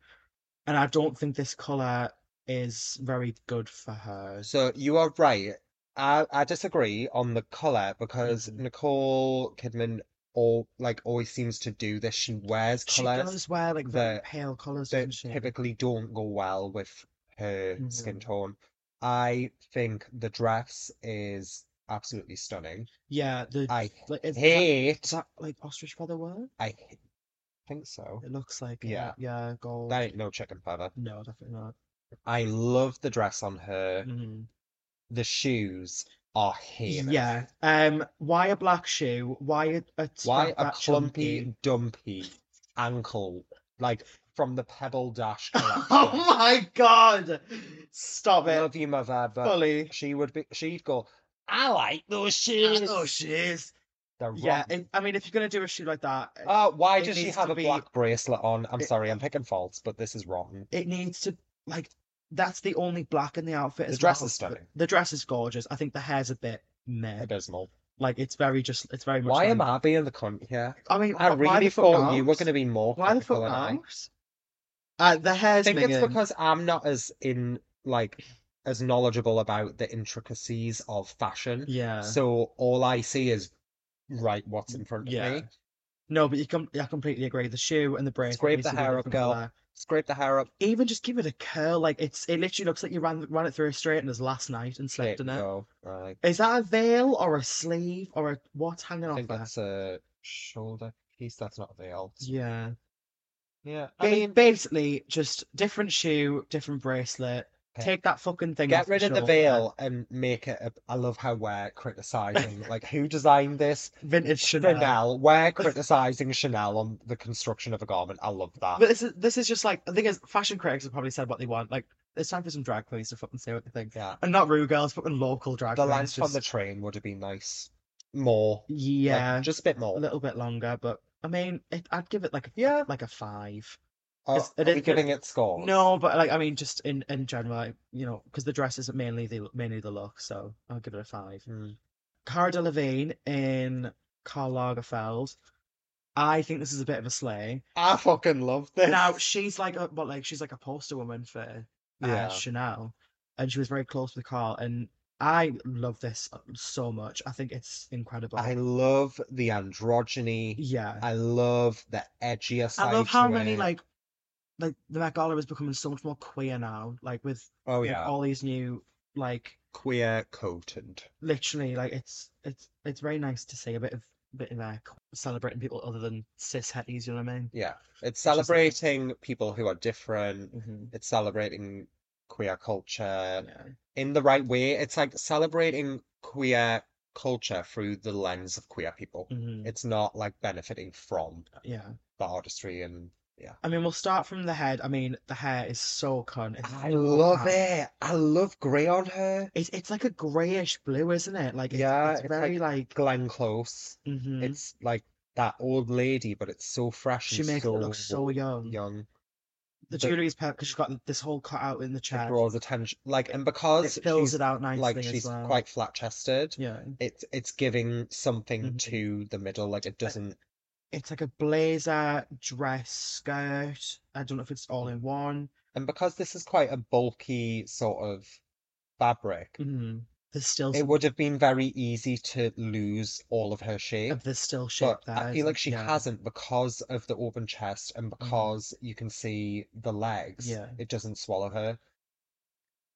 and I don't think this color is very good for her.
So you are right. I I disagree on the color because
Mhm.
Nicole Kidman all like always seems to do this. She wears
She
colors
does wear like very
that-
pale colors,
that
doesn't she?
typically don't go well with her skin
Mhm.
tone. I think the dress is absolutely stunning.
Yeah, the
I
like is that-
hate.
is that like ostrich feather work?
I h- think so.
It looks like it,
Yeah.
yeah, gold.
That ain't no chicken feather.
No, definitely not.
I love the dress on her.
Mhm.
The shoes are heinous.
Yeah. Um, why a black shoe? Why a, a
Why
strap
a
that
clumpy, dumpy ankle, like from the pedal dash collection?
Oh my god! Stop
I
it.
love you, mother, but
Fully.
she would be. She'd go. I like those shoes.
Oh, she is.
They're
Yeah,
rotten."
it, I mean, if you're gonna do a shoe like that, it-
Oh, why
it
does she
needs
have
to
a
be-
black bracelet on? I'm
it-
sorry, I'm picking faults, but this is rotten.
it needs to like that's the only black in the outfit.
The
as
dress
well,
is
but
stunning.
The dress is gorgeous. I think the hair's a bit meh.
Abysmal.
Like it's very just. It's very much.
Why
like-
am I being the cunt here?
I mean,
I
wh- why
really
the fuck
thought you were
not?
going to be more
Why the fuck
critical than I.
not? Uh, the hair's
I think it's
minging.
because I'm not as in like as knowledgeable about the intricacies of fashion.
yeah.
So all I see is right what's in front of
Yeah.
me.
No, but you com- I completely agree. The shoe and the bracelet.
Scrape
needs
the
to be a
hair up,
different
girl.
colour.
Scrape the hair up,
Even just give it a curl. Like it's it literally looks like you ran ran it through a straighteners last night and
there
slept in
you
it.
go. Right.
Is that a veil or a sleeve or a what's hanging
I
off
think
there?
that's a shoulder piece. That's not a veil.
Yeah.
Yeah.
Ba-
I mean,
basically, just different shoe, different bracelet.
Okay.
Take that fucking thing off
get
the
rid of the
shoulder.
veil and make it. A, I love how we're criticizing like who designed this
Vintage Chanel.
Chanel. We're criticizing Chanel on the construction of a garment. I love that.
But this is this is just like the thing is, fashion critics have probably said what they want. Like it's time for some drag queens to fucking say what they think,
Yeah.
and not Rue girls, fucking local drag
The
queens.
length on
Just,
the train would have been nice. More. like,
yeah,
just a bit
a
more.
little bit longer, but I mean, it, I'd give it like a,
Yeah.
like a five.
Are,
it's- it
are
is-
we
it-
giving it scores?
No, but like I mean, just in in general, like, you know, because the dress is mainly the mainly the look, so I'll give it a five.
Mm.
Cara Delevingne in Karl Lagerfeld. I think this is a bit of a slay.
I fucking love this.
Now she's like a well, like she's like a poster woman for uh,
Yeah.
Chanel, and she was very close with Carl. And I love this so much. I think it's incredible.
I love the androgyny.
yeah,
I love the edgier side.
I love how
to
many
it.
like like the Met Gala is becoming so much more queer now. Like with
oh
with
yeah,
all these new like
queer coated.
literally like it's it's it's very nice to see a bit of bit of a celebrating people other than cis heties. You know what I mean?
Yeah. It's
Which is-
celebrating people who are different.
Mm-hmm.
It's celebrating queer culture
Yeah.
in the right way. It's like celebrating queer culture through the lens of queer people.
hmm
It's not like benefiting from
yeah.
the artistry and
I mean, we'll start from the head. I mean, the hair is so cunt. It's
I
so
love
cunt.
it. I love grey on her.
It's it's like a greyish blue, isn't it? Like it's,
Yeah,
it's
it's
very like.
Glenn Close.
mhm.
It's like that old lady, but it's so fresh
She
and
makes it look
so
so young.
young.
The
but-
jewelry is perfect because she's got this whole cut out in the
It
chest.
draws attention. Like, and
It
because
fills
she's
it out nicely
like
as
she's
well. Mm-hmm.
quite flat chested,
yeah.
it's it's giving something
Mhm.
to the middle. Like it doesn't
It's like a blazer, dress, skirt. I don't know if it's all in one.
and because this is quite a bulky sort of fabric,
Mhm. There's still
it
some,
would have been very easy to lose all of her shape.
there's still shape
But
there.
I feel
isn't-
like she
yeah. Mm-hmm.
hasn't because of the open chest and because you can see the legs.
Yeah.
It doesn't swallow her.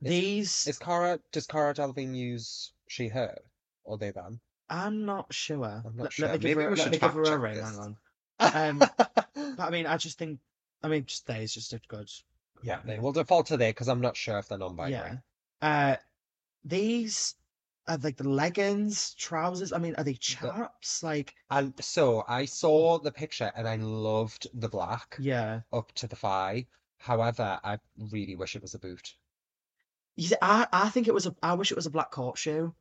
These,
Is Cara, does Cara Delevingne use she, her, or they, them?
I'm not sure.
I'm not
let,
sure.
let me give
Maybe
her,
we
let
should
me give her a
fact-check
ring.
this.
Hang on. Um, But I mean, I just think, I mean, just they is just a good.
yeah, they will default to they because I'm not sure if they're non-binary.
Yeah. Uh, these are like the leggings, trousers. I mean, are they chaps? Like,
And so I saw the picture and I loved the black
yeah.
up to the thigh. However, I really wish it was a boot.
You see, I, I think it was a, I wish it was a black court shoe.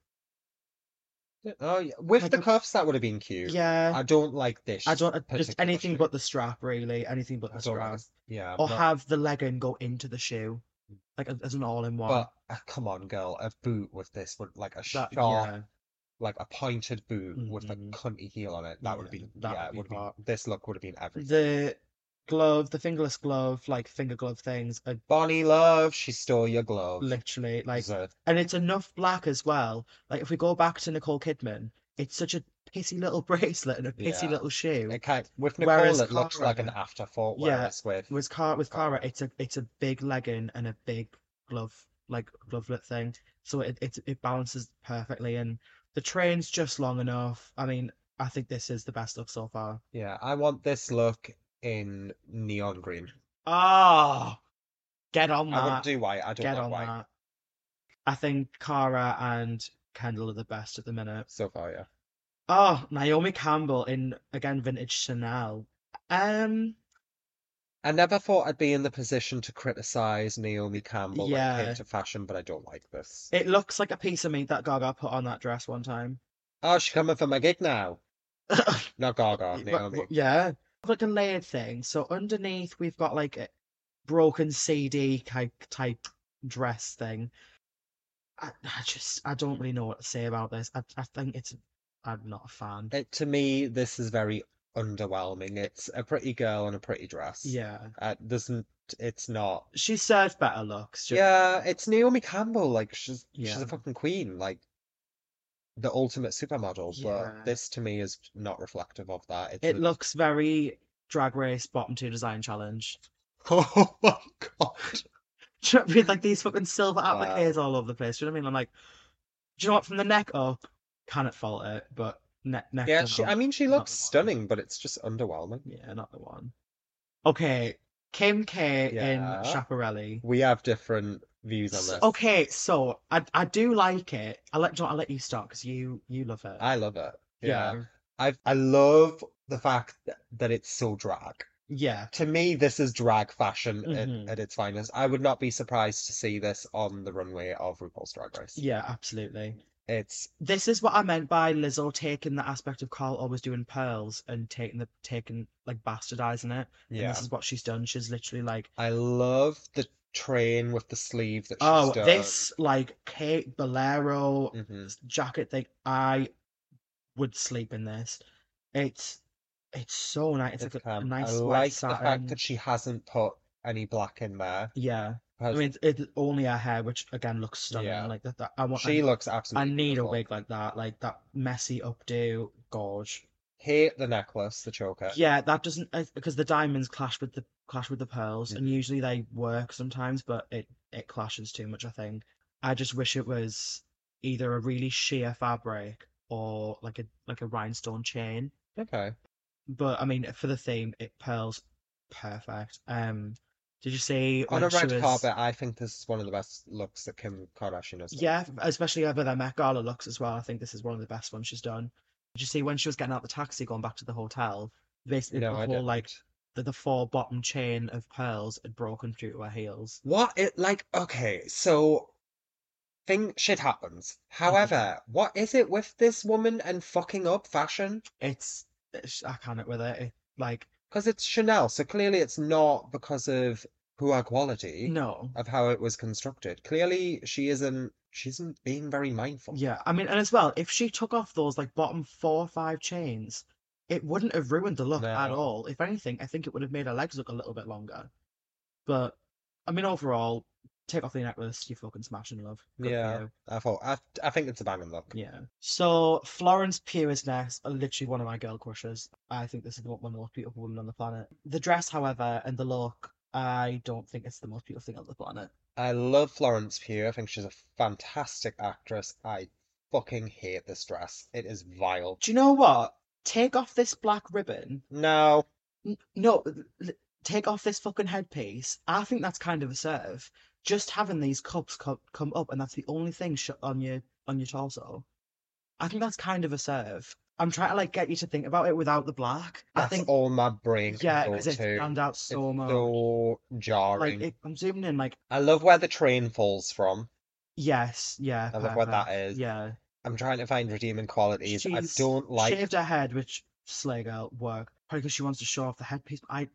Oh, yeah. With
Like
the
a-
cuffs, that would have been cute.
Yeah.
I don't like this.
I don't, I- just
particular
anything
shoe.
but the strap, really. Anything but
I
the
don't like
strap.
this. Yeah.
Or
not-
have the legging go into the shoe, like as an all in one.
But uh, come on, girl, a boot with this would like a
That,
sharp,
yeah.
like a pointed boot with a
Mhm.
cunty heel on it. That would have
Yeah,
been,
that would
yeah, it
be
would have
hot.
been, this look would have been everything.
The glove, the fingerless glove, like finger glove things are
Bonnie Love, she stole your glove.
literally like
Zut.
and it's enough black as well. Like if we go back to Nicole Kidman, it's such a pissy little bracelet and a pissy
Yeah.
little shoe.
It kind with Nicole,
Whereas
it looks like an
Cara-
afterthought,
Yeah,
whereas with,
With Car with Cara,
Cara.
it's a it's a big legging and a big glove like glovelet thing. So it it, it balances perfectly and the train's just long enough. I mean, I think this is the best look so far.
yeah, I want this look in neon green.
Ah, get on
I wouldn't
that.
do white, I don't
Get
like
on
white
that. I think Cara and Kendall are the best at the minute.
so far, yeah.
Oh, Naomi Campbell in again vintage Chanel. Um,
I never thought I'd be in the position to criticize Naomi Campbell when it
Yeah.
came to fashion, but I don't like this.
it looks like a piece of meat that Gaga put on that dress one time.
Oh, she's coming for my gig now. Not Gaga,
But-
Oh, Naomi.
but- yeah, like a layered thing. So underneath we've got like a broken CD type type dress thing. I, I just I don't really know what to say about this. I I think it's I'm not a fan.
It, to me, this is very underwhelming. It's a pretty girl in a pretty dress.
Yeah,
Uh, doesn't it's not.
she served better looks. just-
Yeah, it's Naomi Campbell. Like she's she's
Yeah.
a fucking queen. Like the ultimate supermodel.
Yeah.
But this to me is not reflective of that. It's
it
a-
looks very drag race bottom two design challenge.
Oh my God.
Do you know what I mean? Like these fucking silver
Wow.
appliques all over the place. Do you know what I mean? I'm like, do you know what? From the neck up, cannot fault it, but neck neck
Yeah,
down.
she, I mean, she
not
looks
the one.
stunning, but it's just underwhelming.
yeah, not the one. Okay, Kim K
Yeah.
in Chaparelli.
We have different views on
S-
this.
Okay, so I I do like it. I let John. I let you start because you you love it.
I love it.
yeah,
I I love the fact that, that it's so drag.
yeah.
to me, this is drag fashion at,
Mhm.
at its finest. I would not be surprised to see this on the runway of RuPaul's Drag Race.
Yeah, absolutely.
It's
This is what I meant by Lizzo taking the aspect of Carl always doing pearls and taking the taking like bastardizing it. And
yeah.
this is what she's done. She's literally like,
I love the train with the sleeve that she's
oh,
done.
this like Kate Bolero
Mhm.
jacket thing. I would sleep in this. It's it's so nice. It's,
It's
like a- a,
calm.
nice
I
white
like the
satin.
fact that she hasn't put any black in there.
yeah, I
because
mean, it's, it's only her hair, which again looks stunning.
Yeah.
Like that, that- I want.
she
I,
looks
I
absolutely
need a
beautiful.
wig like that. Like that messy updo, gorge.
Hate the necklace, the choker.
Yeah, that doesn't uh, because the diamonds clash with the clash with the pearls, and usually they work sometimes, but it it clashes too much. I think. I just wish it was either a really sheer fabric or like a like a rhinestone chain.
Okay.
But I mean, for the theme, it pearls perfect. Um, did you see
On
when
a
she
red
was-
carpet, I think this is one of the best looks that Kim Kardashian has. done.
Yeah, especially over their Met Gala looks as well. I think this is one of the best ones she's done. Did you see when she was getting out the taxi going back to the hotel? Basically,
No,
the
I
whole like
didn't.
the, the four bottom chain of pearls had broken through to her heels.
What it like? Okay, so thing shit happens.
Mm-hmm.
However, what is it with this woman and fucking up fashion?
It's, it's I can't with it. it. Like
Because it's Chanel, so clearly it's not because of poor quality
no,
of how it was constructed. Clearly, she isn't. She isn't being very mindful.
yeah. I mean, and as well, if she took off those like bottom four or five chains, it wouldn't have ruined the look at
No.
all. If anything, I think it would have made her legs look a little bit longer. But I mean, overall, take off the necklace, you fucking smashing love. Good for
Yeah.
you.
I thought. I, I think it's a banging look.
Yeah. So Florence Pugh is next, uh, literally one of my girl crushes. I think this is one of the most beautiful women on the planet. The dress, however, and the look, I don't think it's the most beautiful thing on the planet.
I love Florence Pugh. I think she's a fantastic actress. I fucking hate this dress. It is vile.
Do you know what? Take off this black ribbon.
No,
N- No, l- l- take off this fucking headpiece. I think that's kind of a serve. Just having these cups co- come up, and that's the only thing sh- on your on your torso. I think that's kind of a serve. I'm trying to like get you to think about it without the black. I
that's
think
all my brain can
yeah,
go
because it
to.
stands out
It's
so much.
so jarring.
like it, I'm zooming in, like
I love where the train falls from.
yes, yeah.
I love what that
perfect,
is.
Yeah,
I'm trying to find redeeming qualities. I
She's
don't like.
shaved her head, which slay girl work probably because she wants to show off the headpiece. I,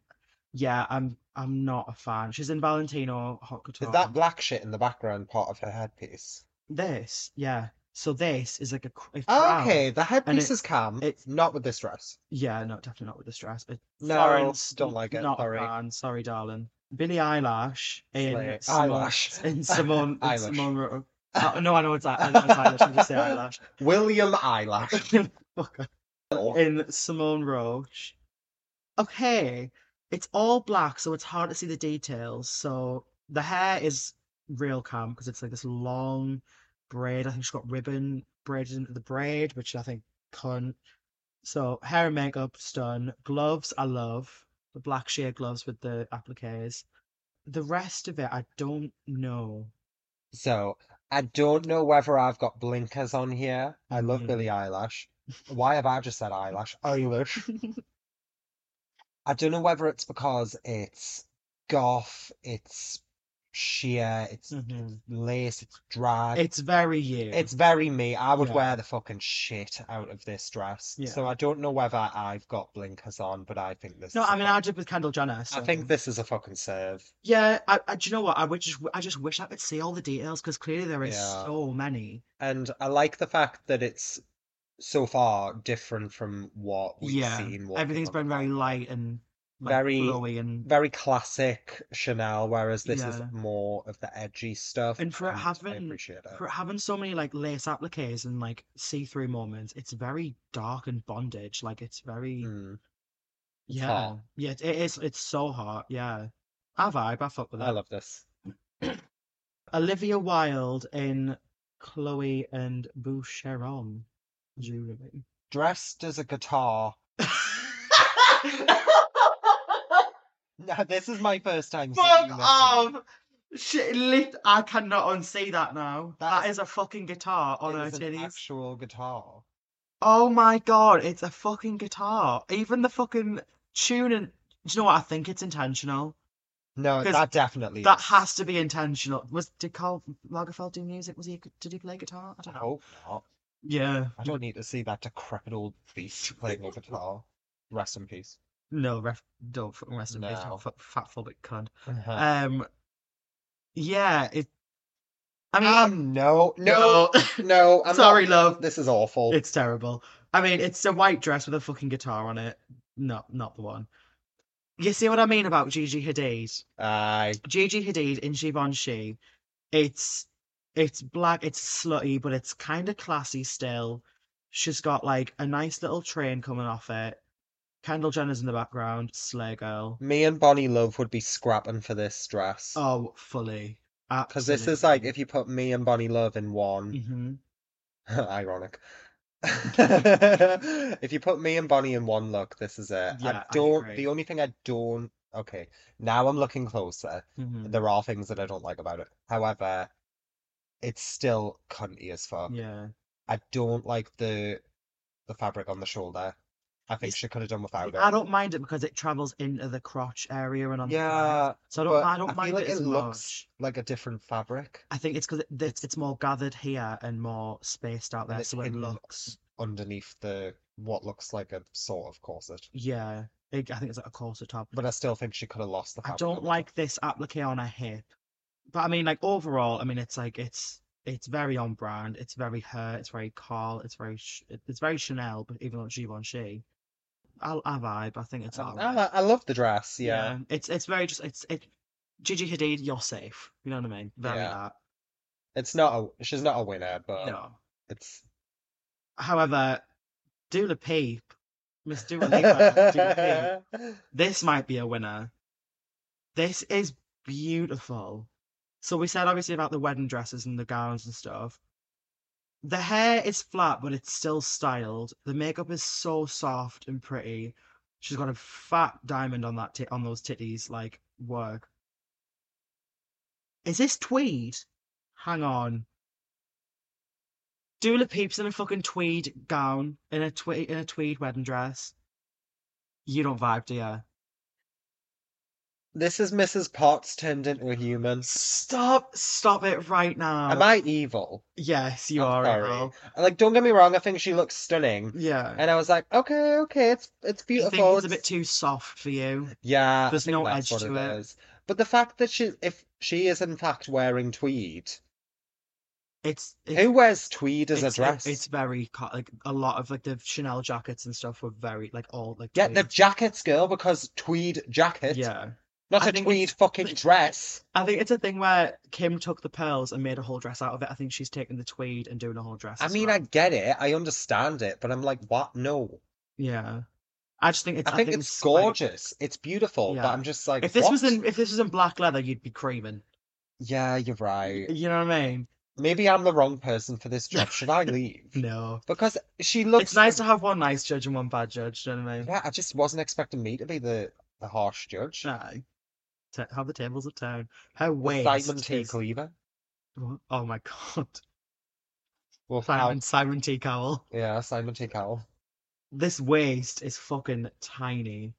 yeah, I'm I'm not a fan. She's in Valentino hot
Is
couture.
that black shit in the background part of her headpiece?
this? Yeah. So this is like a, cr- a crown.
Ah, Okay, the headpiece
it-
is calm.
it-
Not with this dress.
Yeah, no, definitely not with the stress. It,
No,
Florence,
don't
n-
like it,
Not
sorry.
a fan. Sorry, darling. Billie Eyelash in
Slay.
Simone,
Eyelash.
in Simone in
Eyelash.
Simone. Ro- Oh, no, I know it's eye- I know it's eyelash. I just say eyelash.
William Eyelash.
Fuck in Simone Roach. Okay, it's all black, so it's hard to see the details. So the hair is real calm because it's like this long braid. I think she's got ribbon braided into the braid, which I think cunt. So hair and makeup, stun. Gloves, I love the black sheer gloves with the appliques. The rest of it, I don't know.
So I don't know whether I've got blinkers on here. I love
Mhm.
Billie Eyelash. Why have I just said eyelash? Eyelash. I don't know whether it's because it's goth, it's sheer, it's
Mhm.
lace, it's drag.
It's very you.
Mm-hmm. It's very me. I would
Yeah.
wear the fucking shit out of this dress. So I don't know whether I've got blinkers on, but I think this
no,
is a
I mean
fuck-
I did with Kendall Jenner.
I
So.
think this is a fucking serve.
Yeah, I, I do you know what? I would just I just wish I could see all the details because clearly there is
Yeah.
so many.
And I like the fact that it's so far different from what we've
Yeah,
seen. walking
Everything's
on the
been very
planet.
light and like,
Very-
flowy and
very classic Chanel, whereas this is
Yeah.
more of the edgy stuff.
And for it
I
having-
appreciate it.
for having so many like lace appliques and like see-through moments. It's very dark and bondage. Like it's very
Mm. It's
yeah
hot.
yeah it is it's so hot yeah. I vibe. I fuck with
I
that.
love this.
Olivia Wilde in Chloe and Boucheron. Jewelry.
Dressed as a guitar. Now, this is my first time seeing
Fuck
this.
off! Shit, lit- I cannot unsee that now.
That
That is a fucking guitar on
It
her
is an
titties.
actual guitar.
Oh my god, it's a fucking guitar. Even the fucking tune and. Do you know what? I think it's intentional.
No,
'Cause
that definitely
That
is.
has to be intentional. Was did Carl Lagerfeld do music? Was he? Did he play guitar? I
I
don't know.
hope not.
Yeah.
I don't need to see that decrepit old beast playing a guitar. Rest in peace.
No, ref, don't fucking rest in peace,
No.
fat fatphobic cunt.
Uh-huh.
Um. Yeah. It. I mean,
Um, no, no, no. I'm not-
Sorry, love.
This is awful.
It's terrible. I mean, it's a white dress with a fucking guitar on it. No, not the one. You see what I mean about Gigi Hadid?
I
Gigi Hadid in Givenchy. It's it's black, it's slutty, but it's kind of classy still. She's got like a nice little train coming off it. Kendall Jenner's in the background, Slay Girl.
Me and Bonnie Love would be scrapping for this dress.
Oh, fully. Mm-hmm,
Because this is like if you put me and Bonnie Love in one,
hmm
ironic. if you put me and Bonnie in one look, this is it.
Yeah,
I
I
don't.
agree.
the only thing I don't. Okay, now I'm looking closer.
Mhm.
There are things that I don't like about it. However, it's still cunty as fuck.
Yeah.
I don't like the the fabric on the shoulder. I think
It's-
she could have done
I,
without it.
don't mind it because it travels into the crotch area and on the thighs.
Yeah,
So I don't,
but
I
I
don't
feel
mind
like
it as
it
much.
looks like a different fabric
I think it's because it, it's, it's more gathered here and more spaced out
And
there,
it's
so it
hidden.
looks.
underneath the what looks like a sort of corset.
Yeah, it, I think it's like a corset top.
But I still think she could have lost the
I
fabric. on
don't
the
like this applique on her hip, but I mean, like overall, I mean, it's like it's it's very on brand. It's very her. It's very Carl. It's very Ch- it's very Chanel. But even though it's Givenchy, I I vibe. I think it's
top.
alright.
I, I love the dress. Yeah.
it's it's very just it's it. Gigi Hadid, you're safe. You know what I mean? Very
Yeah. Uh, It's not a she's not a winner,
that.
but
No.
it's
However, Dula Peep, Miss Dua Lipa, Dua Peep, this might be a winner. This is beautiful. So we said obviously about the wedding dresses and the gowns and stuff. The hair is flat, but it's still styled. The makeup is so soft and pretty. She's got a fat diamond on that tit on those titties, like work. Is this tweed? Hang on. Dula peeps in a fucking tweed gown in a tweed in a tweed wedding dress. You don't vibe, do you?
This is Mrs. Potts turned into a human.
Stop! Stop it right now.
Am I evil?
Yes, you
I'm
are.
sorry.
Al.
And, Like, don't get me wrong, I think she looks stunning.
Yeah.
And I was like, okay, okay, it's it's
I think
beautiful.
it's a bit
it's-
too soft for you.
Yeah, I
There's
think
no edge
that's what
to
it
it.
is. But the fact that she, if she is in fact wearing tweed,
It's, it's
who wears tweed as a
it's, it-
dress?
It's very co- like a lot of like the Chanel jackets and stuff were very like all like
Get the
tweed.
jackets, girl, because tweed jacket,
Mm. yeah.
not
I
a
think
tweed fucking dress.
I think it's a thing where Kim took the pearls and made a whole dress out of it. I think she's taken the tweed and doing a whole dress.
I
as
mean,
well.
I get it, I understand it, but I'm like, what? No.
yeah. I just think it's.
I think it's
like,
gorgeous. It's beautiful, but
Yeah.
I'm just like,
if this was
what?
in if this was in black leather, you'd be creaming.
Yeah, you're right.
You know what I mean?
Maybe I'm the wrong person for this job. Should I leave?
No.
Because she looks.
It's nice to have one nice judge and one bad judge. You know what I mean?
Yeah, I just wasn't expecting me to be the, the harsh judge.
Aye. Ta- how the tables of town. Her waist.
Simon T.
is-
Cleaver.
Wha- Oh my god.
Well,
Simon, Simon T. Cowell.
yeah, Simon T. Cowell.
This waist is fucking tiny.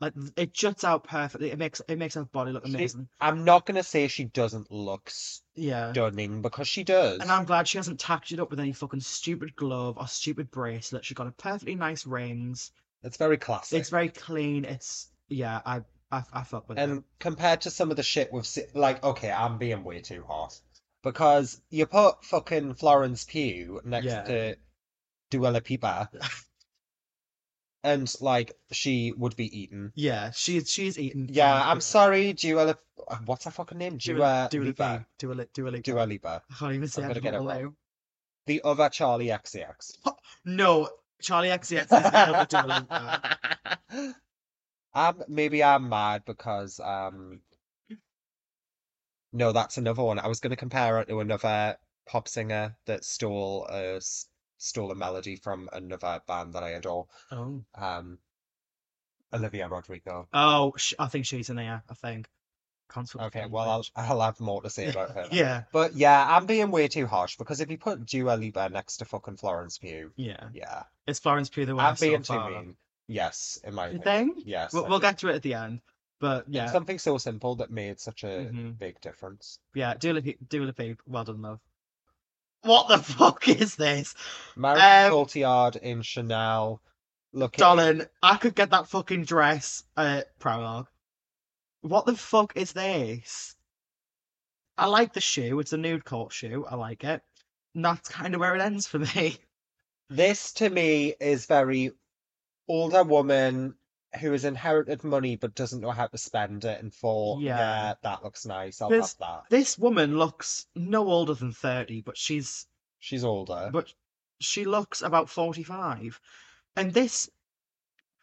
Like th- it juts out perfectly. It makes it makes her body look
She-
amazing.
I'm not gonna say she doesn't look
Yeah.
stunning because she does.
And I'm glad she hasn't tacked it up with any fucking stupid glove or stupid bracelet. She got a perfectly nice rings.
It's very classic.
It's very clean. It's yeah. I I I fuck with it.
And compared to some of the shit we've seen, like, okay, I'm being way too harsh because you put fucking Florence Pugh next
Yeah.
to Dua Lipa, and like she would be eaten.
Yeah. She's she's eating.
Yeah,
Florence
I'm uh,
Pugh.
sorry, Dua Lip. What's her fucking name? Dua
Dua
Lipa.
Lipa. Dua Lipa. Dua Lipa.
Dua Lipa.
I can't even say
gonna
it.
get it wrong. The other Charlie E XCX.
No, Charlie XCX is another Dua Lipa. uh,
I'm maybe I'm mad because um no, that's another one. I was going to compare it to another pop singer that stole a s- stole a melody from another band that I adore,
Oh,
um, Olivia Rodrigo.
oh, sh- I think she's in there. I think. Can't sort of
Okay,
think
well,
which.
I'll I'll have more to say about her. then.
Yeah,
But yeah, I'm being way too harsh because if you put Dua Lipa next to fucking Florence Pugh,
yeah.
yeah,
It's Florence Pugh the
I'm
worst so
being too
far.
mean. Yes, in my
You
opinion.
think?
Yes,
We'll,
I
we'll
do.
get to it at the end. But
It's
yeah,
Something so simple that made such a
Mhm.
big difference.
yeah. Dua Lipa, Dua Lipa, well done, love. What the fuck is this, Um,
Marion Cotillard in Chanel, looking
darling? I could get that fucking dress at Primark. What the fuck is this? I like the shoe. It's a nude court shoe. I like it. And that's kind of where it ends for me.
This to me is very older woman who has inherited money but doesn't know how to spend it and thought,
Yeah.
yeah, that looks nice. I'll
There's-
have that.
this woman looks no older than 30 but she's
She's older.
but she looks about 45 and this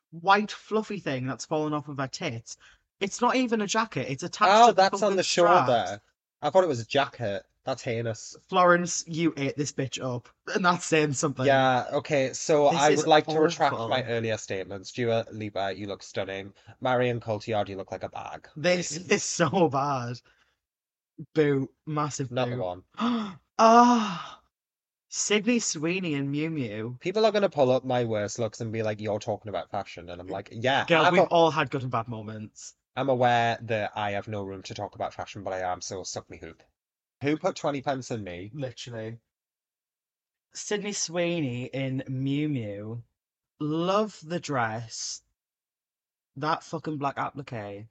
white fluffy thing that's fallen off of her tits it's not even a jacket it's attached
Oh,
to the
that's on
fucking
the
straps.
shoulder. I thought it was a jacket. That's heinous.
Florence, you ate this bitch up. And that's saying something.
yeah, okay, so
This
I
is
would like to retract my
awful.
earlier statements. Dua Lipa, you look stunning. Marion Cotillard, you look like a bag.
This is so bad. Boo. Massive
Number
boo.
one.
Ah. Sydney Sweeney and Mew Mew.
People are going to pull up my worst looks and be like, you're talking about fashion. And I'm like, yeah,
Girl,
I'm,
we've all had good and bad moments.
I'm aware that I have no room to talk about fashion, but I am, so suck me hoop. Who put 20 pence in me?
Literally. Sydney Sweeney in Mew Mew. Love the dress. That fucking black applique.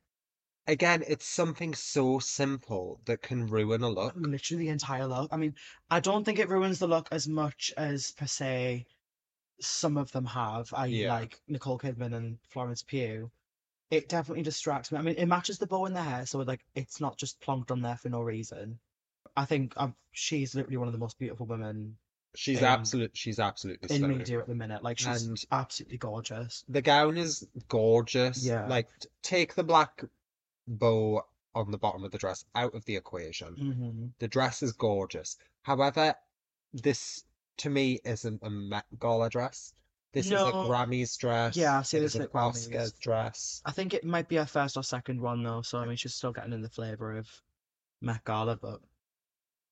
Again, it's something so simple that can ruin a look.
Literally the entire look. I mean, I don't think it ruins the look as much as per se some of them have. I
Yeah.
like Nicole Kidman and Florence Pugh. It definitely distracts me. I mean, it matches the bow in the hair, so like it's not just plonked on there for no reason. I think um, she's literally one of the most beautiful women
She's
Um,
absolute. She's absolutely
in
stunning.
media at the minute. Like she's
And-
absolutely gorgeous.
The gown is gorgeous.
Yeah.
Like, t- take the black bow on the bottom of the dress out of the equation.
hmm
The dress is gorgeous. However, this to me isn't a Met Gala dress. This is a
No.
Grammys dress.
Yeah, I've seen
it
this
is
at
an Oscars
Grammys.
dress.
I think it might be her first or second one though, so I mean she's still getting in the flavour of Met Gala, but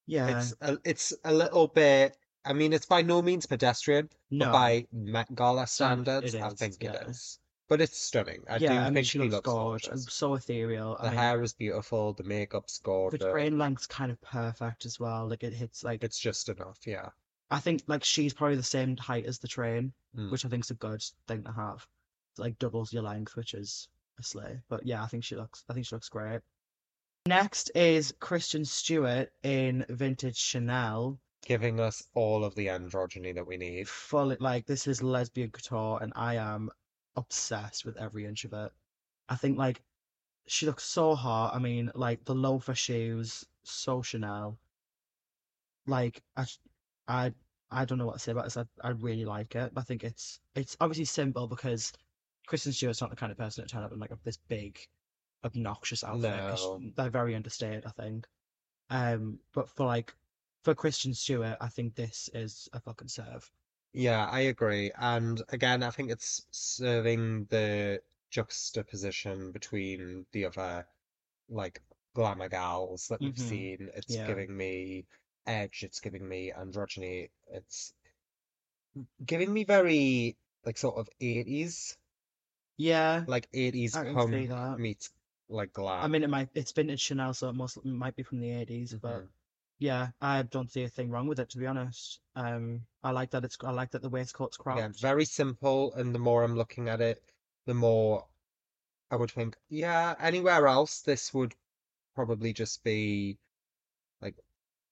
yeah,
It's a, it's a little bit. I mean, it's by no means pedestrian,
no,
but by Met Gala
Standard- it
standards, I
is,
think it
yeah.
is. But it's stunning. I do
yeah, I mean
think
she
she
looks
looks
gorgeous, and
gorgeous.
so ethereal.
The
I mean,
hair is beautiful. The makeup's
the
gorgeous.
train length's kind of perfect as well. Like it hits like
It's just enough, yeah.
I think like she's probably the same height as the train,
Mm.
which I think's a good thing to have. It, like doubles your length, which is a slay. But yeah, I think she looks I think she looks great. Next is Christian Stewart in vintage Chanel.
Giving us all of the androgyny that we need.
fully like this is lesbian couture and I am obsessed with every inch of it. I think like she looks so hot. I mean, like the loafer shoes, so Chanel. Like I, j- I, I don't know what to say about this. I, I really like it. I think it's it's obviously simple because Kristen Stewart's not the kind of person to turn up in like a, this big, obnoxious outfit. 'cause
No.
They're very understated, I think. Um, but for like for Christian Stewart, I think this is a fucking serve.
Yeah, I agree. And again, I think it's serving the juxtaposition between the other like glamour gals that we've
Mhm.
seen. It's
Yeah.
giving me edge, it's giving me androgyny, it's giving me very like sort of 80s,
Yeah,
like 80s
I can see
punk
that.
meets like
I
glam.
mean, it might it's vintage Chanel, so it most it might be from the 80s, but
Mhm.
yeah, I don't see a thing wrong with it to be honest. Um, I like that it's I like that the waistcoat's
Yeah,
cropped.
very simple, and the more I'm looking at it, the more I would think, yeah, anywhere else this would probably just be like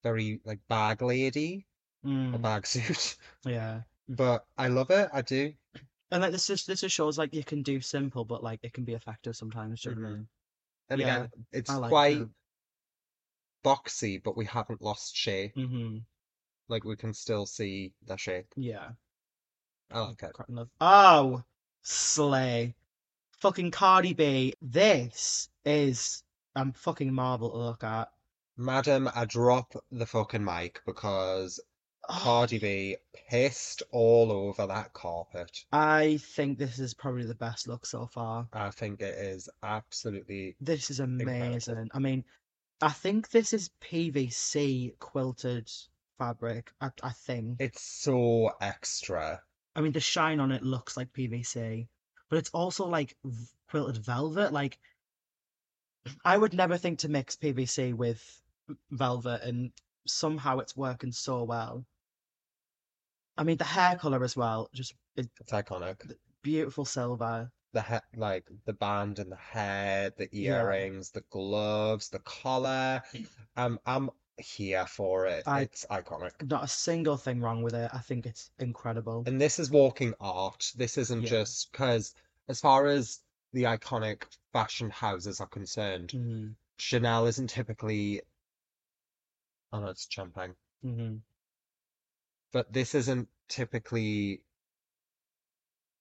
very like bag lady or
Mm,
bag suit.
yeah,
But I love it, I do.
and like this just this just shows like you can do simple, but like it can be effective sometimes. do you know what I mean?
And
Yeah,
again, it's
I like
quite boxy, but we haven't lost shape.
that. hmm
Like we can still see the shape.
Yeah.
I like it.
Quite love. Oh, slay. Fucking Cardi B. This is um fucking marvel to look at.
Madam, I drop the fucking mic because Cardi B pissed all over that carpet.
I think this is probably the best look so far.
I think it is absolutely
This is
Incredible.
amazing. I mean, I think this is PVC quilted fabric. I, I think.
it's so extra.
I mean, the shine on it looks like PVC, but it's also like v- quilted velvet. Like, I would never think to mix PVC with velvet, and somehow it's working so well. I mean, the hair color as well, just it's
It's iconic.
beautiful silver.
The hair, like the band and the hair, the
Yeah.
earrings, the gloves, the collar. Um, I'm here for it.
I-
It's iconic.
Not a single thing wrong with it. I think it's incredible.
And this is walking art. This isn't
Yeah.
just because, as far as the iconic fashion houses are concerned,
hmm
Chanel isn't typically. Oh no, it's champagne.
hmm
But this isn't typically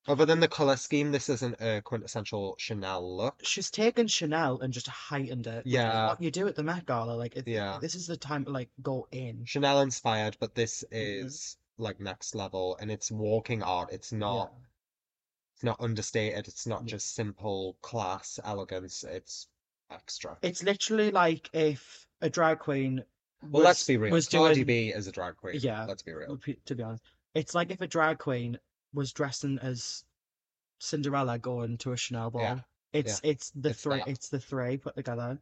Other than the colour scheme, this isn't a quintessential Chanel look.
She's taken Chanel and just heightened it. which is
Yeah.
what you do at the Met Gala, like it,
Yeah.
this is the time to like go in.
Chanel inspired, but this
mm-hmm.
is like next level and it's walking art. It's not
Yeah. Mm.
it's not understated. It's not
Yeah.
just simple class elegance. It's extra.
It's literally like if a drag queen.
Well, let's
was-
be real.
was
Cardi
doing-
B is a drag queen.
Yeah.
Let's be real.
repeat- to be honest, it's like if a drag queen was dressing as Cinderella going to a Chanel ball.
Yeah,
It's it's the
It's
three.
that.
It's the three put together.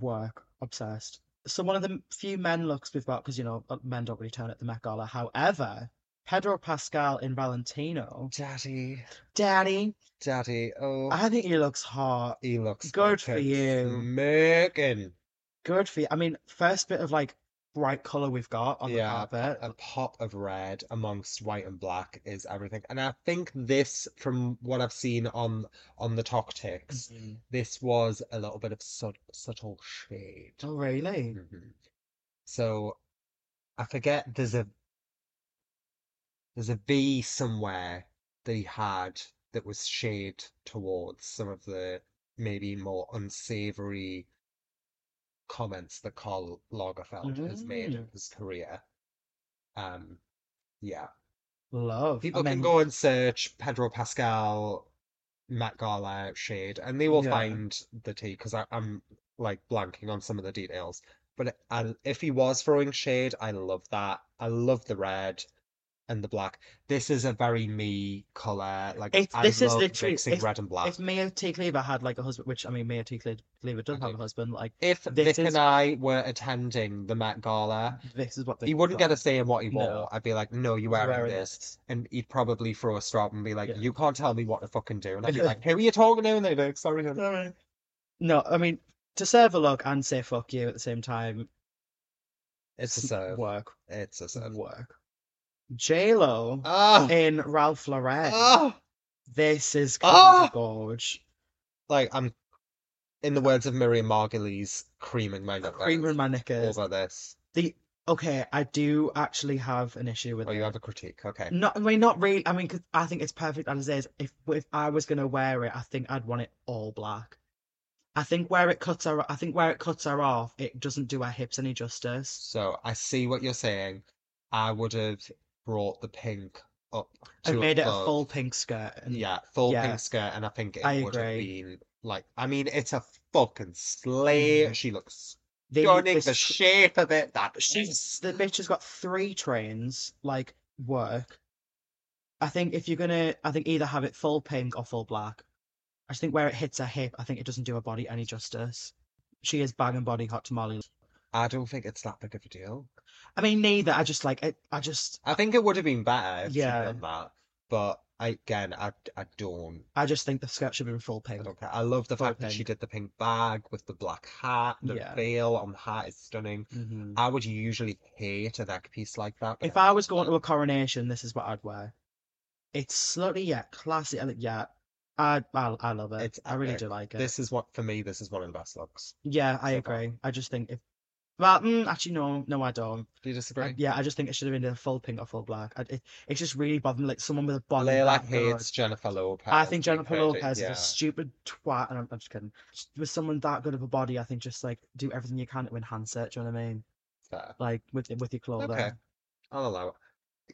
Work obsessed. So one of the m- few men looks we've got because you know uh, men don't really turn at the Met Gala. However, Pedro Pascal in Valentino,
Daddy,
Daddy,
daddy, oh,
I think he looks hot.
he looks
good for
fucking
you.
smirking.
Good for you. I mean, first bit of like bright color we've got on
Yeah,
the carpet. Mm,
A pop of red amongst white and black is everything. And I think this, from what I've seen on on the Talk Ticks,
Mhm.
this was a little bit of sub subtle shade.
Oh really?
Mhm. So I forget there's a there's a V somewhere that he had that was shade towards some of the maybe more unsavory comments that Karl Lagerfeld has made in his career. Um, yeah.
Love. I
People can
mean,
go and search Pedro Pascal, Matt Gala shade, and they will
Yeah.
find the tea because I'm like blanking on some of the details. But it- I, if he was throwing shade, I love that. I love the red and the black. This is a very me color. Like
It's-
I
this is
love
literally-
mixing
if-
red and black.
If Mia T. Cleaver had like a husband, which I mean, Mia T. Cle- Cleaver does
I
have
do.
a husband, like
If
this
Vic and
is-
I were attending the Met Gala,
this is what they
he wouldn't get a say in what he
No.
wore. I'd be like, no, you're wearing this. and he'd probably throw a strop and be like,
Yeah.
"You can't tell me what to fucking do." And I'd be like, "Who are you talking to?" And they'd be like, "Sorry." hun."
No, I mean to serve a look and say fuck you at the same time.
It's a
s-
serve.
Work,
It's a serve.
work. J Lo
Ah,
in Ralph Lauren.
ah!
This is
Ah!
oh! gorge.
Like I'm, in the words of Miriam Margolyes, creaming my nutmeg
Cream in my knickers.
over this.
The okay, I do actually have an issue with
Oh, you
it.
have a critique? Okay.
Not, I mean, not really. I mean, 'cause I think it's perfect as it is. If if I was gonna wear it, I think I'd want it all black. I think where it cuts her, I think where it cuts her off, it doesn't do her hips any justice.
So I see what you're saying. I would have brought the pink up
I've
to
made it a
above.
full pink skirt. And
Yeah, full
Yeah.
pink skirt, and I think it
I
would have
agree.
been like. I mean, it's a fucking slay.
Mhm.
She looks
the,
stunning.
this
The
tr-
shape of it, that
she's
Mm.
the bitch has got three trains like work. I think if you're gonna, I think either have it full pink or full black. I just think where it hits her hip, I think it doesn't do her body any justice. She is bang and body hot tamale.
I don't think it's that big of a deal.
I mean, neither. I just like it. I just,
I think it would have been better if she'd
Yeah.
done that. But I, again, I, I don't.
I just think the skirt should be in full
I
pink.
don't care. I love the
Full
fact that she
pink.
did the pink bag with the black hat. The
Yeah.
veil on the hat is stunning.
Mhm.
I would usually hate a neck piece like that. but
If I was going to a coronation, this is what I'd wear. It's slutty yet classy. I think- Yeah, I, I, I love it.
It's
I really
epic.
do like it.
this is what for me. This is one of the best looks.
Yeah, I
so far.
agree. I just think if, well, mm, actually no, no, I don't.
Do you
I-
disagree?
yeah, I just think it should have been a full pink or full black. I, it, it's just really bothering me. Like someone with a body
Layla
that
hates
good.
Jennifer Lopez.
I think
We've
Jennifer
heard it,
Lopez
yeah.
is a stupid twat, and I'm, I'm just kidding. With someone that good of a body, I think just like do everything you can to enhance it. Do you know what I mean?
Fair.
Like with with your clothing.
Okay. I'll allow it.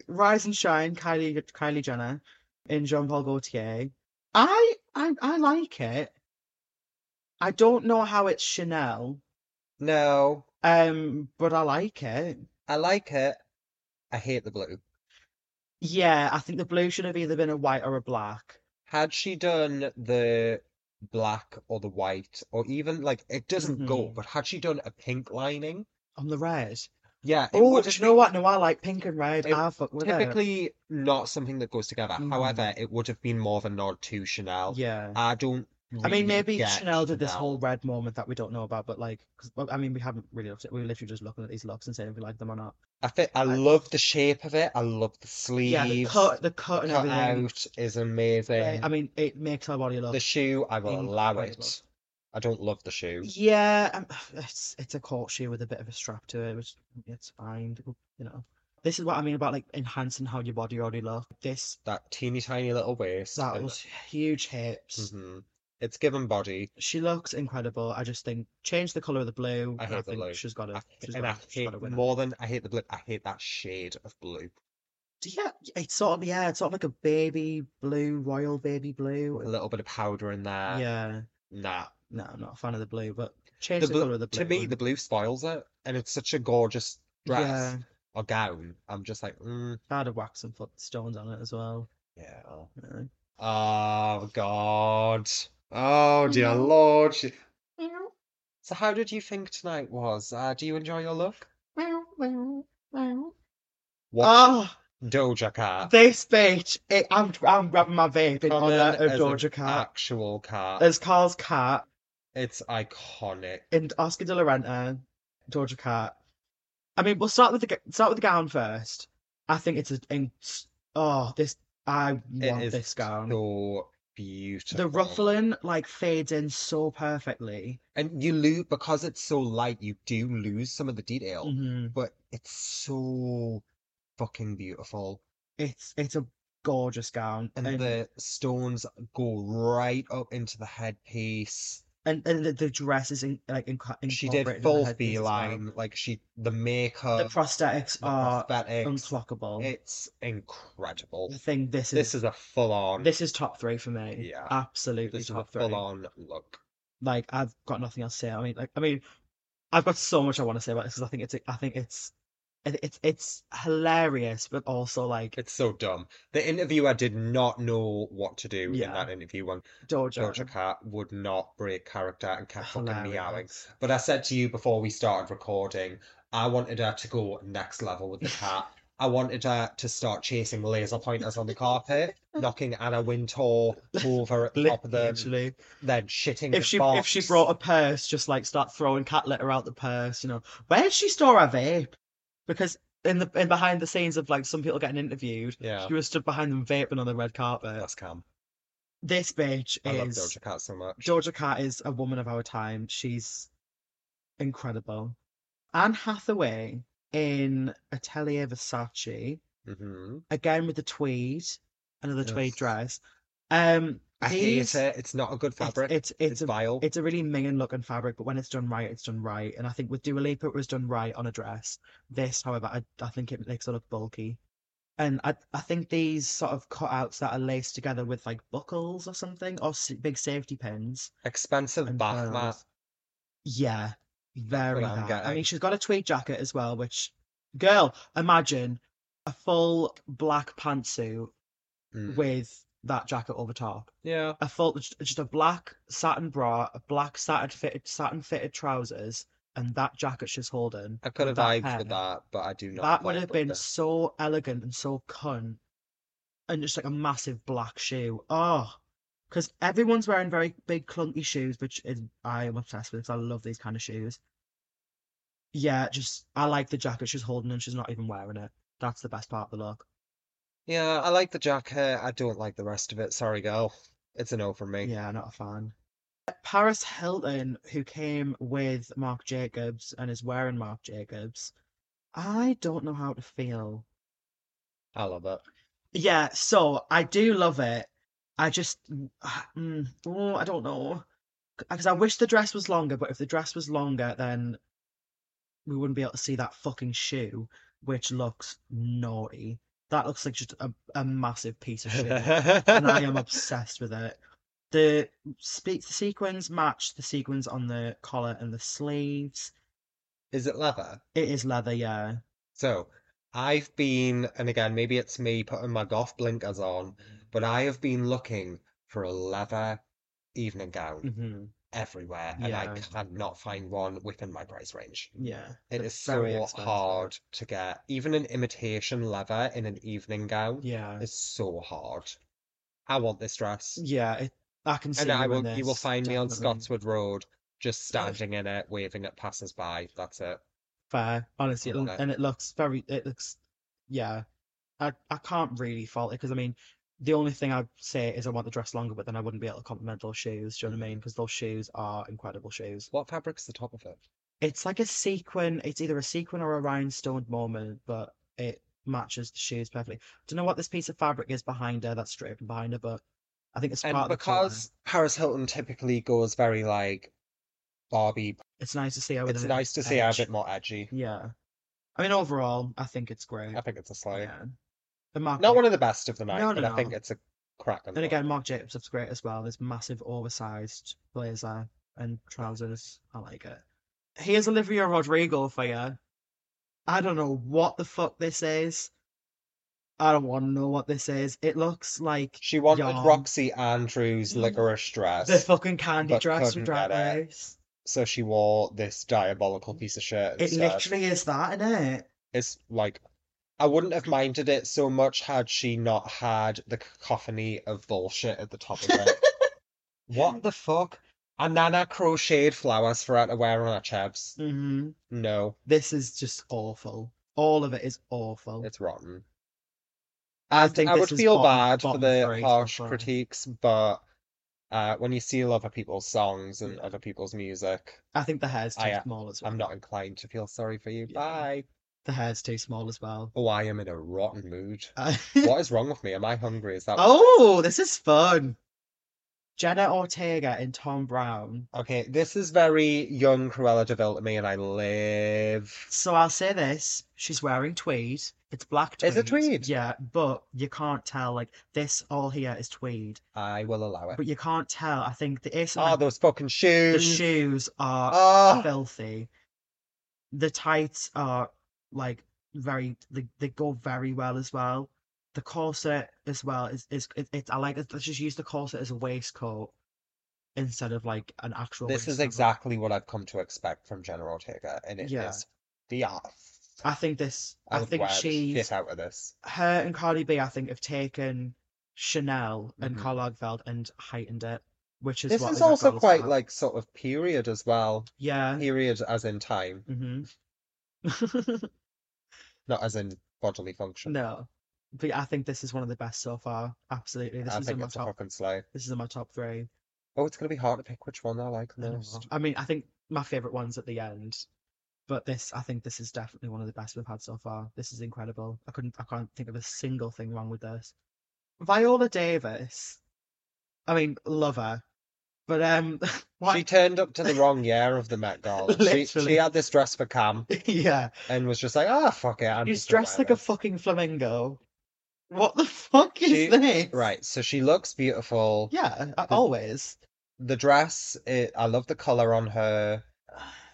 Rise and Shine, Kylie Kylie Jenner in Jean Paul Gaultier. I I I like it. I don't know how it's Chanel,
No,
um, but I like it.
I like it. I hate the blue.
Yeah, I think the blue should have either been a white or a black.
Had she done the black or the white, or even like it doesn't go,
Mhm.
but had she done a pink lining,
On the red.
yeah, it
Oh,
would
do
have
you know what? No, I like pink and red.
It-
I fuck with
been
it.
typically not something that goes together. However, it would have been more of a nod to Chanel.
Yeah.
I don't
I mean,
really
maybe
get
Chanel did this
Chanel.
whole red moment that we don't know about, but like, 'cause- well, I mean, we haven't really looked at it. We were literally just looking at these looks and saying if we like them or not.
I think I love the shape of it. I love the
Yeah, the
sleeves.
cut, the cut and
Cut
everything.
out is
Yeah,
amazing.
I mean, it makes her body look.
The shoe, I will allow
incredible.
it. I don't love the shoe.
Yeah, um, it's it's a court shoe with a bit of a strap to it, which it's fine, you know. This is what I mean about like enhancing how your body already looked. This
That teeny tiny little waist.
that
and-
was huge hips.
Mhm. It's given body.
She looks incredible. I just think change the color of the blue.
I
and
hate the
think
blue.
She's got
I-
a. She's
and I
got, she's
hate
got a winner.
more than I hate the blue. I hate that shade of blue.
Yeah, it's sort of yeah, it's sort of like a baby blue, royal baby
A
blue.
little bit of powder in there.
yeah,
Nah.
no, I'm not a fan of the blue, but change
The
the,
blue-
color of the blue.
To me, the blue spoils it, and it's such a gorgeous dress
yeah,
or gown. I'm just like, mm,
I'd have waxed some foot stones on it as well.
yeah.
Yeah.
Oh God. Oh dear
Mhm.
Lord. She- So, how did you think tonight was? Uh, do you enjoy your look? What Uh,
Oh,
Doja Cat?
this bitch! It, I'm I'm grabbing my vape in honor of
Common as an
Georgia Cat Uh,
Actual cat.
as Carl's cat
It's iconic.
and Oscar de la Renta, Georgia Cat. I mean, we'll start with the g- start with the gown first. I think it's a in, oh this I
It
want
is
this gown.
so beautiful.
The ruffling like fades in so perfectly.
and you lose because it's so light. You do lose some of the detail,
Mhm.
but it's so fucking beautiful.
It's it's a gorgeous gown,
And the stones go right up into the headpiece.
and, and the, the dress is in, like in,
She did full feline, like she the
The
makeup,
prosthetics
the
are
prosthetics.
unclockable.
It's incredible.
I think this is
This is a full on.
this is top three for me.
yeah.
Absolutely
This is a
top three.
full on look.
Like I've got nothing else to say. I mean, like I mean, I've got so much I want to say about this because I think it's I think it's it, it's it's hilarious, but also like
It's so dumb. The interviewer did not know what to do in
Yeah.
that interview when
Georgia,
Doja Cat would not break character and kept fucking meowing.
hilarious.
But I said to you before we started recording, I wanted her to go next level with the cat. I wanted her to start chasing laser pointers on the carpet, knocking Anna Wintour over at the top of them,
Literally.
then shitting the
if she if she
box.
brought a purse, just like start throwing cat litter out the purse, you know. Where did she store her vape? Because in the in behind the scenes of like some people getting interviewed,
Yeah,
she was stood behind them vaping on the red carpet.
that's calm.
This bitch
I love
is
Doja Cat so much.
Georgia Cat is a woman of our time. She's incredible. Anne Hathaway in Atelier Versace
hmm
again with the tweed, another tweed
Yes.
dress. Um,
I hate
these-
it. It's not a good
It's,
fabric.
it's it's a
vile.
it's a really minging looking fabric, but when it's done right, it's done right. And I think with Dua Lipa, it was done right on a dress. This, however, I, I think it makes it look bulky. And I, I think these sort of cutouts that are laced together with like buckles or something, or s- big safety pins.
Expensive
and
bath mat.
pearls. Yeah, very
what I'm
that. I
getting.
mean, she's got a tweed jacket as well, which, girl, imagine a full black pantsuit
Mm.
with that jacket over top
Yeah.
a full just just a black satin bra, a black satin fitted satin fitted trousers, and that jacket she's holding.
I could
with
have
that
vibed with
hair,
that, but I do not.
That would
vibe
have
with
been
this.
so elegant and so cunt, and just like a massive black shoe. Oh, because everyone's wearing very big clunky shoes, which is I am obsessed with. 'cause I love these kind of shoes. Yeah, just I like the jacket she's holding, and she's not even wearing it. That's the best part of the look.
Yeah, I like the jacket. I don't like the rest of it. Sorry, girl. It's a no for me.
Yeah, not a fan. Paris Hilton, who came with Marc Jacobs and is wearing Marc Jacobs, I don't know how to feel.
I love it.
Yeah, so I do love it. I just, mm, oh, I don't know. Because I wish the dress was longer, but if the dress was longer, then we wouldn't be able to see that fucking shoe, which looks naughty. That looks like just a, a massive piece of shit and I am obsessed with it. The speak the sequins match the sequins on the collar and the sleeves.
Is it leather?
It is leather, yeah.
So, I've been, and again, maybe it's me putting my goth blinkers on, but I have been looking for a leather evening gown
hmm
everywhere, and I
Yeah.
cannot find one within my price range.
Yeah.
It
It's
is
very
so
expensive.
hard to get. Even an imitation leather in an evening gown
Yeah.
is so hard. I want this dress.
Yeah, it, I can see
And
you
I
in
will, you will
this,
find me on
definitely.
Scotswood Road, just standing in it, waving at passers-by. That's it.
Fair, honestly, it,
love
l-
it.
and it looks very. It looks, yeah. I I can't really fault it because I mean, the only thing I'd say is I want the dress longer, but then I wouldn't be able to compliment those shoes. Do you know what
Mm.
I mean? Because those shoes are incredible shoes.
What fabric's the top of it?
It's like a sequin. It's either a sequin or a rhinestone moment, but it matches the shoes perfectly. Don't know what this piece of fabric is behind her that's draped behind her, but I think it's part
And
of the colour.
because Paris Hilton typically goes very like Barbie,
It's nice to see her. with
it's
a-
nice to see her a
edge.
bit more edgy.
Yeah, I mean overall, I think it's great.
I think it's a
Mm.
slight.
Yeah, the market.
Not one of the best of the night,
No, no,
but I think
no.
it's a crack.
Then again, Mark Jacobs looks great as well. This massive oversized blazer and trousers. I like it. Here's Olivia Rodrigo for you. I don't know what the fuck this is. I don't want to know what this is. It looks like
she wanted
yarn.
Roxy Andrews'
Mm.
licorice dress,
the fucking candy
but
dress from
couldn't
Drag
get it.
Race.
so she wore this diabolical piece of shirt.
It
instead.
literally is that, isn't it?
It's like I wouldn't have minded it so much had she not had the cacophony of bullshit at the top of it. what the fuck? And Nana crocheted flowers for her to wear on her chaps.
hmm
No,
This is just awful. All of it is awful.
it's rotten. I
think
think I
this
would
is
feel
bottom-
bad for
bottom
the
three so
harsh
far.
critiques, but uh, when you steal other people's songs and
Yeah.
other people's music,
I think the hair's too
I, uh,
small as well.
I'm not inclined to feel sorry for you.
Yeah.
Bye.
The hair's too small as well.
Oh, I am in a rotten mood.
Uh,
What is wrong with me? Am I hungry? Is that
Oh, this is fun. Jenna Ortega and Tom Brown.
Okay, this is very young Cruella DeVille to me, and I live.
So I'll say this: she's wearing tweed. It's black tweed.
Is it tweed?
Yeah, but you can't tell. Like this, all here is tweed,
I will allow it.
but you can't tell. I think the
Ah,
asymmetric
those fucking
the
shoes.
shoes are
Ah,
filthy. The tights are like very. They, they go very well as well. The corset as well is is it, it, I like. it- Let's just use the corset as a waistcoat instead of like an actual.
this is
waistcoat.
exactly what I've come to expect from General Ortega, and it
Yeah.
is the ass.
I think this.
I
I,
would
think
wear the shit
she's
out of this.
her and Cardi B. I think have taken Chanel and
Mhm.
Karl Lagerfeld and heightened it, which is
This
what
is
Olivia
also
Cole's
quite
at.
like sort of period as well.
yeah.
Period as in time,
hmm
not as in bodily function.
no, but I think this is one of the best so far. Absolutely, this
I
is in
think
my
it's a
top.
fucking slay.
This is in my top three.
Oh, it's gonna be hard to pick which one I like
I know.
most.
I mean, I think my favorite one's at the end, but this, I think this is definitely one of the best we've had so far. This is incredible. I couldn't, I can't think of a single thing wrong with this. Viola Davis, I mean, love her, but um,
She
why?
turned up to the wrong year of the Met Gala. She, she
Literally.
had this dress for Cam.
yeah,
and was just like, ah, fuck it. I'm
she's
just gonna
dressed
wear
like a
this."
fucking flamingo. What the fuck is
She-
this?
Right, so she looks beautiful.
Yeah, a- always.
The dress, it, I love the color on her.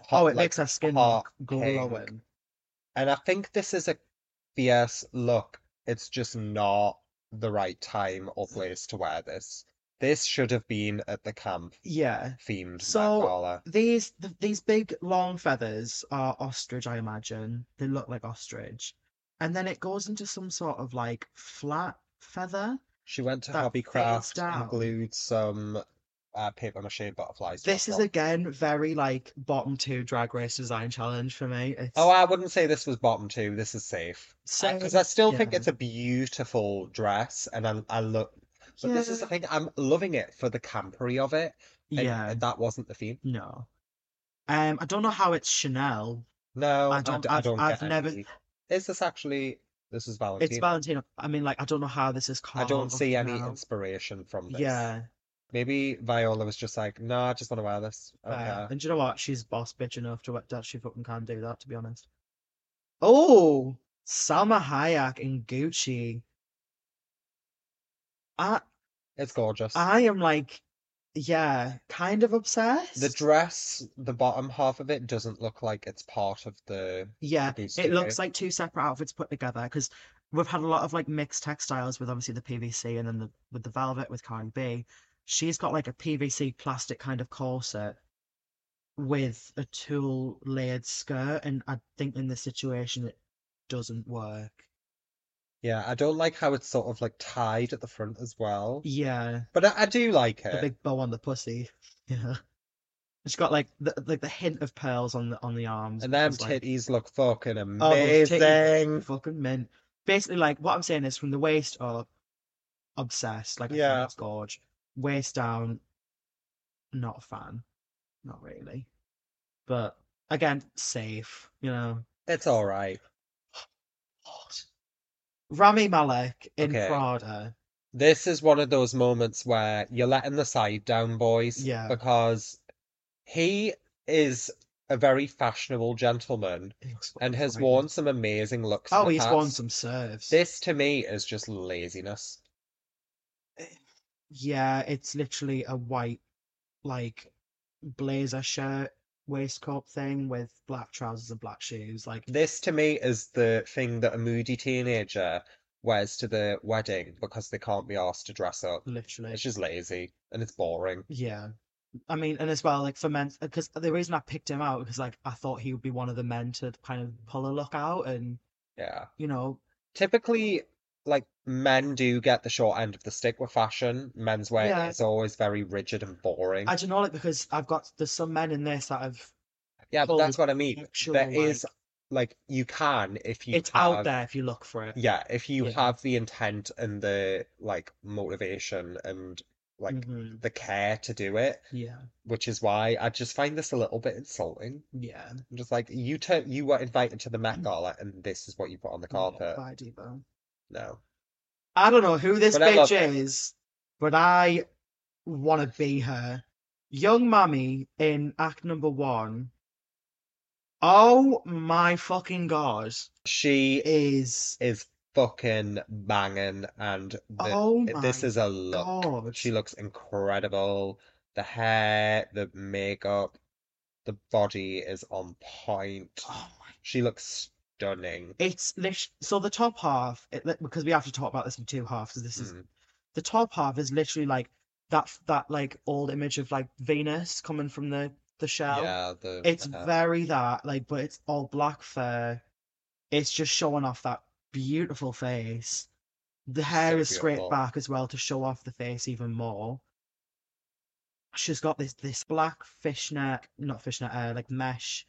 Hot,
Oh, it
like,
makes her skin look
hot
glowing.
and I think this is a fierce look. It's just not the right time or place to wear this. This should have been at the camp
Yeah.
themed Met
So-
Gala.
These th these big long feathers are ostrich, I imagine. They look like ostrich, and then it goes into some sort of like flat feather.
She went to
that
Hobbycraft
fades
and
down.
glued some uh, paper mache butterflies to her
This is
frock.
again very like bottom two drag race design challenge for me. It's
Oh, I wouldn't say this was bottom two. This is safe.
so
because I still think
yeah.
it's a beautiful dress, and I I look. But this is the
Yeah.
thing, I'm loving it for the campery of it, and
yeah
that wasn't the theme.
no. Um, I don't know how it's Chanel.
No,
I
I
don't-
d- I
I've-
don't
I've
get
never-
any. Is this actually? This is
It's
Valentine.
Valentino. I mean, like I don't know how this is
I
called.
don't
or
see any
Chanel.
inspiration from this.
Yeah,
Maybe Viola was just like, no, I just want to wear this. I don't
Fair.
care."
And do you know what? She's boss bitch enough to that she fucking can do that, to be honest. Oh, Salma Hayek and Gucci. I
It's gorgeous.
I am like, yeah, kind of obsessed.
The dress, the bottom half of it doesn't look like it's part of the
yeah,
Gucci
it looks
coat.
like two separate outfits put together because we've had a lot of like mixed textiles with obviously the PVC and then the with the velvet with Cardi B. She's got like a PVC plastic kind of corset with a tulle layered skirt, and I think in this situation it doesn't work.
Yeah, I don't like how it's sort of like tied at the front as well.
Yeah,
But I, I do like
the
it.
big bow on the pussy. Yeah, it's got like the like the hint of pearls on the on the arms.
And
which
them
is, like,
titties look fucking
Oh, those titties are
amazing.
Fucking mint. Basically, like what I'm saying is from the waist up, obsessed. Like I
Yeah.
think it's gorge. Waist down, not a fan. Not really. But again, safe, you know.
It's all right.
Hot. Rami Malek in
Okay.
Prada.
This is one of those moments where you're letting the side down, boys.
Yeah.
Because he is a very fashionable gentleman
He looks
and has
great.
worn some amazing looks. in
Oh,
the
he's worn
past.
some serves.
This to me is just laziness.
Yeah, it's literally a white, like, blazer shirt, waistcoat thing with black trousers and black shoes. Like,
This to me is the thing that a moody teenager wears to the wedding because they can't be asked to dress up.
literally.
It's just lazy and it's boring.
Yeah. I mean, and as well, like for men, because the reason I picked him out because like I thought he would be one of the men to kind of pull a look out, and
Yeah.
you know,
Typically, like men do get the short end of the stick with fashion. Menswear
Yeah.
is always very rigid and boring.
I don't know, like because I've got there's some men in this that have
Yeah, but
full
that's what I mean.
actual,
There is
like-
like you can if you
it's out
have-
there if you look for it.
Yeah, if you
Yeah.
have the intent and the like motivation and like
Mhm.
the care to do it,
yeah,
which is why I just find this a little bit insulting.
yeah.
I'm just like you took you were invited to the
Mm-hmm.
Met Gala and this is what you put on the
yeah,
carpet.
by Debo.
No.
I don't know who this
But I love
bitch is, but I want to be her. Young Mammy in act number one. Oh my fucking god,
She
is
is fucking banging and the,
oh my
this is a look.
god.
She looks incredible. The hair, the makeup, the body is on point.
Oh my.
She looks stunning.
It's lit- so the top half it, li- because we have to talk about this in two halves. This is
Mm.
the top half is literally like that that like old image of like Venus coming from the the shell.
Yeah, the uh,
It's
the hair.
very that like, but it's all black fur. It's just showing off that beautiful face. The hair
So
is
beautiful.
scraped back as well to show off the face even more. She's got this this black fishnet, not fishnet, uh, like mesh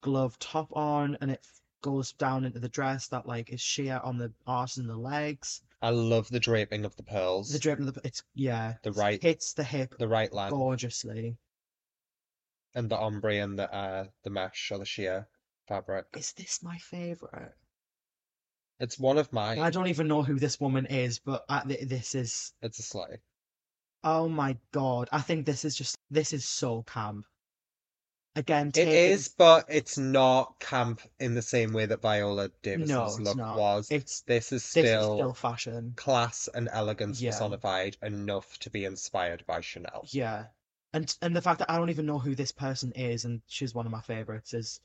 glove top on, and it goes down into the dress that like is sheer on the arse and the legs.
I love the draping of the pearls.
The draping of the it's yeah,
The right-
hits the hip
the right lamp
gorgeously.
and the ombre and the uh the mesh or the sheer fabric.
Is this my favorite?
It's one of
And
mine.
I don't even know who this woman is, but I, th- this is
It's a sleigh.
oh my god! I think this is just this is so camp. Again,
It
taken,
is, but it's not camp in the same way that Viola Davison's
it's
look
not.
was.
It's
This is
this is
still
still fashion.
class and elegance
Yeah.
personified enough to be inspired by Chanel.
Yeah, and and the fact that I don't even know who this person is, and she's one of my favorites, is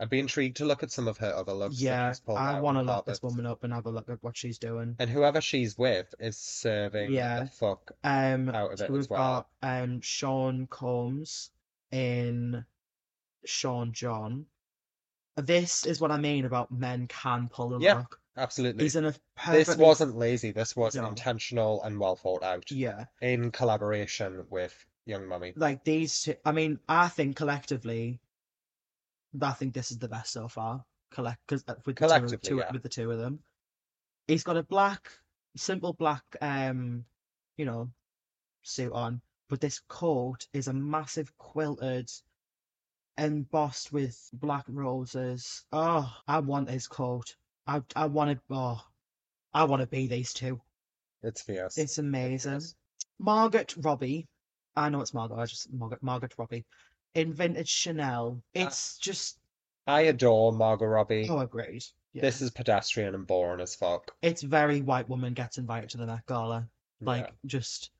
I'd be intrigued to look at some of her other looks. that
yeah.
she's pulled out
I
on
want to look this
carpets.
woman up and have a look at what she's doing.
And whoever she's with is serving
Yeah.
the fuck
Um,
out of
so
it
we've
as well.
got um Sean Combs in Sean John. This is what I mean about men can pull a
Yeah,
look.
Absolutely.
He's in a
This
perfectly-
wasn't lazy. This was
No.
intentional and well thought out
yeah,
in collaboration with Young Mummy.
like these two. I mean, I think collectively, I think this is the best so far. Collect because with the two,
Collectively,
two-
yeah.
with the two of them, he's got a black, simple black, um, you know, suit on, but this coat is a massive quilted, embossed with black roses. Oh, I want his coat. I I want to. Oh, I want to be these two.
It's fierce.
It's amazing.
is.
Margaret Robbie. I know it's Margaret. I just Margaret Margaret Robbie. In vintage Chanel. It's just
I adore Margot Robbie.
oh agreed. Yeah.
This is pedestrian and boring as fuck.
it's very white woman gets invited to the Met Gala. Like
Yeah.
just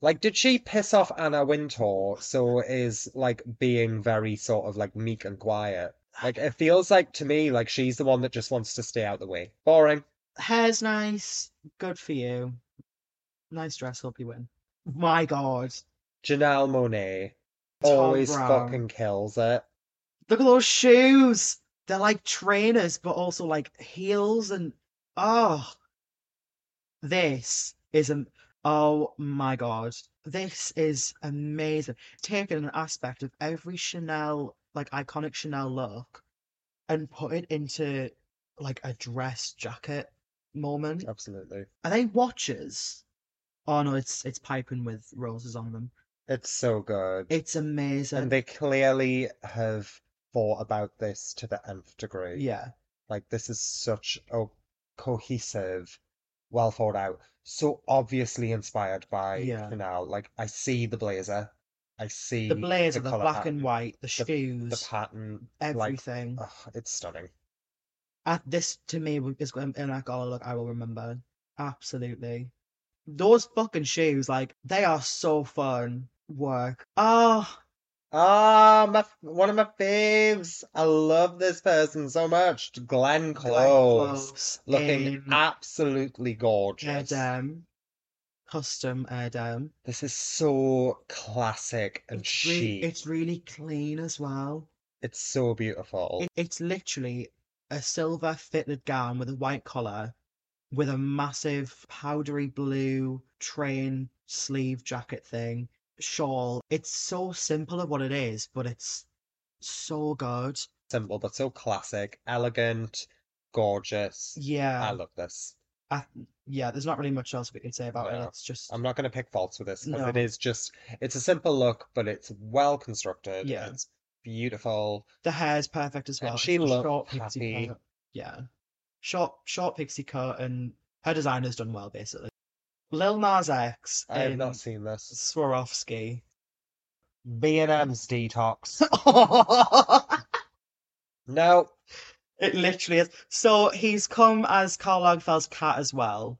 Like, did she piss off Anna Wintour? So is like being very sort of like meek and quiet. Like, it feels like to me like she's the one that just wants to stay out the way. Boring.
hair's nice, good for you. Nice dress, hope you win. My god.
Janelle Monet
Tom
always
Brown.
fucking kills it.
Look at those shoes. They're like trainers, but also like heels and oh, this is am- oh my god, this is amazing. Taking an aspect of every Chanel like iconic Chanel look and put it into like a dress jacket moment.
Absolutely.
Are they watches? Oh no, it's it's piping with roses on them.
It's so good.
It's amazing.
And they clearly have thought about this to the nth degree.
yeah.
Like this is such a cohesive, well thought out, so obviously inspired by
Yeah.
Canal. Like I see the blazer, I see
The blazer, the,
colour
black
pattern,
and white, the
the-
shoes,
the pattern, like uh,
everything.
ugh, it's stunning.
I, this to me would- is going in like oh look I will remember absolutely those fucking shoes like they are so fun work oh
Ah, my one of my faves. I love this person so much. Glenn Close, looking absolutely
air
gorgeous.
down custom air down
This is so classic and
it's, re-
chic.
it's really clean as well
It's so beautiful.
It- it's literally a silver fitted gown with a white collar with a massive powdery blue train sleeve jacket thing, shawl. It's so simple of what it is, but it's so good.
Simple, but so classic, elegant, gorgeous. I
Yeah.
love this.
I, yeah, there's not really much else we can say about
No.
it. It's just,
I'm not going to pick faults with this because it
No.
is just, it's a simple look, but it's well constructed.
Yeah.
It's beautiful.
the hair's perfect as
and
well.
she
It's a
looked
short pixie
happy.
cut. Yeah. Short, short pixie cut, and her designer's done well, basically. Lil Nas X.
I have
in-
not seen this.
Swarovski.
B&M's Detox. No,
it literally is. So he's come as Karl Lagerfeld's cat as well.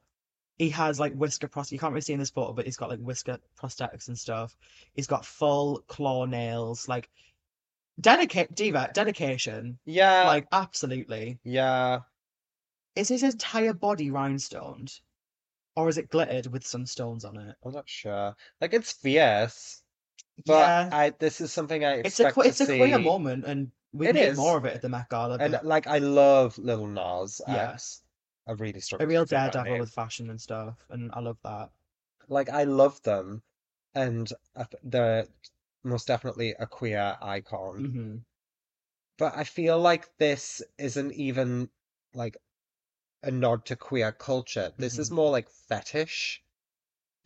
He has like whisker prosthetics. You can't really see in this photo, but he's got like whisker prosthetics and stuff. He's got full claw nails. Like dedicate diva dedication.
yeah,
like absolutely.
yeah.
Is his entire body rhinestoned, or is it glittered with some stones on it?
I'm not sure. Like it's fierce, but
yeah,
I this is something I
it's a
expect
que-
to
it's a queer
see.
moment, and we
It
need
is.
more of it at the Met Gala.
And
but
like I love Little Nas
Yeah.
X. I really struggle
a
to
real
think of that
daredevil
name.
with fashion and stuff, and I love that.
Like I love them, and I th- they're most definitely a queer icon.
hmm
But I feel like this isn't even like a nod to queer culture. This is
Mhm.
more like fetish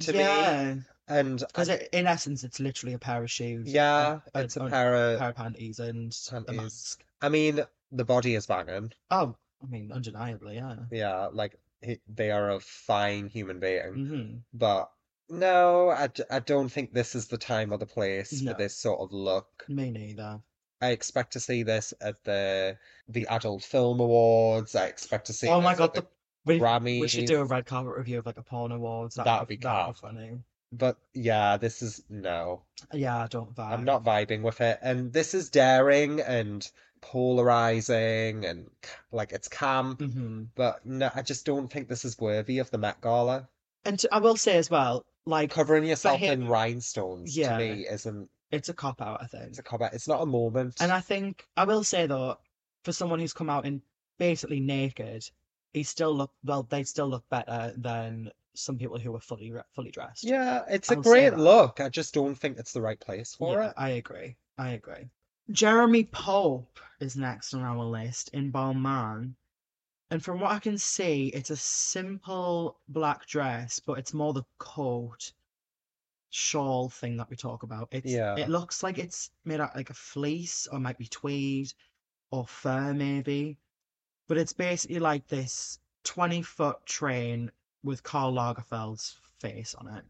to me.
yeah,
And I-
because in essence, it's literally a pair of shoes.
yeah,
a,
it's a
a
pair of.
pair of panties and a
Panties.
mask.
I mean, the body is banging.
Oh, I mean, undeniably, yeah.
Yeah, like he, they are a fine human being,
hmm
but no, I, d- I don't think this is the time or the place for
No.
this sort of look.
Me neither.
I expect to see this at the the Adult Film Awards. I expect to see
oh my
this at
god, the, we,
Grammys.
we should do a red carpet review of like a porn awards.
That'd be
that'd
calm.
funny.
But yeah, this is no,
Yeah, I don't vibe.
I'm not vibing with it. And this is daring and polarizing and c- like it's camp,
hmm
but no, I just don't think this is worthy of the Met Gala.
And to, I will say as well, like
covering yourself in
him-
rhinestones to
Yeah.
me isn't
it's a cop out, I think.
it's a comment. It's not a moment.
And I think I will say though, for someone who's come out in basically naked, he still look well. They still look better than some people who are fully re- fully dressed.
yeah, it's a
I'll say
great
that.
look. I just don't think it's the right place for
Yeah,
it.
I agree. I agree. Jeremy Pope is next on our list in Balmain. And from what I can see, it's a simple black dress, but it's more the coat shawl thing that we talk about. It's
Yeah.
it looks like it's made out like a fleece or might be tweed or fur maybe. But it's basically like this 20 foot train with Karl Lagerfeld's face on it.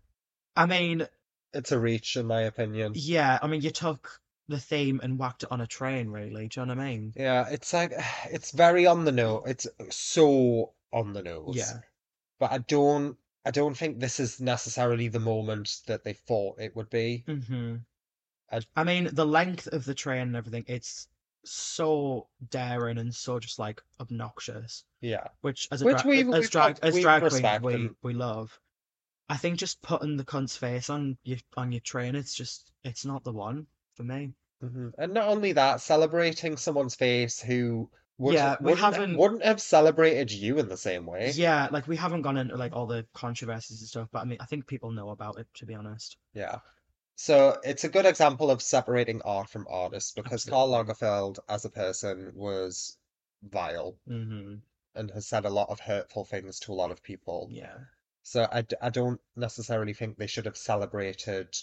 I mean,
It's a reach, in my opinion.
yeah, I mean, you took the theme and whacked it on a train, really. Do you know what I mean?
Yeah, it's like it's very on the nose. It's so on the nose.
Yeah.
But I don't I don't think this is necessarily the moment that they thought it would be.
hmm
I-
I mean, the length of the train and everything, it's so daring and so just like obnoxious,
Yeah.
which as a
Which
drag,
we've-
as
we've
drag,
talked-
as
we've
drag queens,
respect
we,
and-
we love. I think just putting the cunt's face on your on your train, it's just it's not the one for me.
Mhm. And not only that, celebrating someone's face who would
Yeah, we
wouldn't
haven't-
wouldn't have celebrated you in the same way.
Yeah, like we haven't gone into like all the controversies and stuff, but I mean, I think people know about it to be honest.
Yeah. So it's a good example of separating art from artist because
Absolutely.
Karl Lagerfeld as a person was vile
hmm
and has said a lot of hurtful things to a lot of people.
Yeah.
So I, d- I don't necessarily think they should have celebrated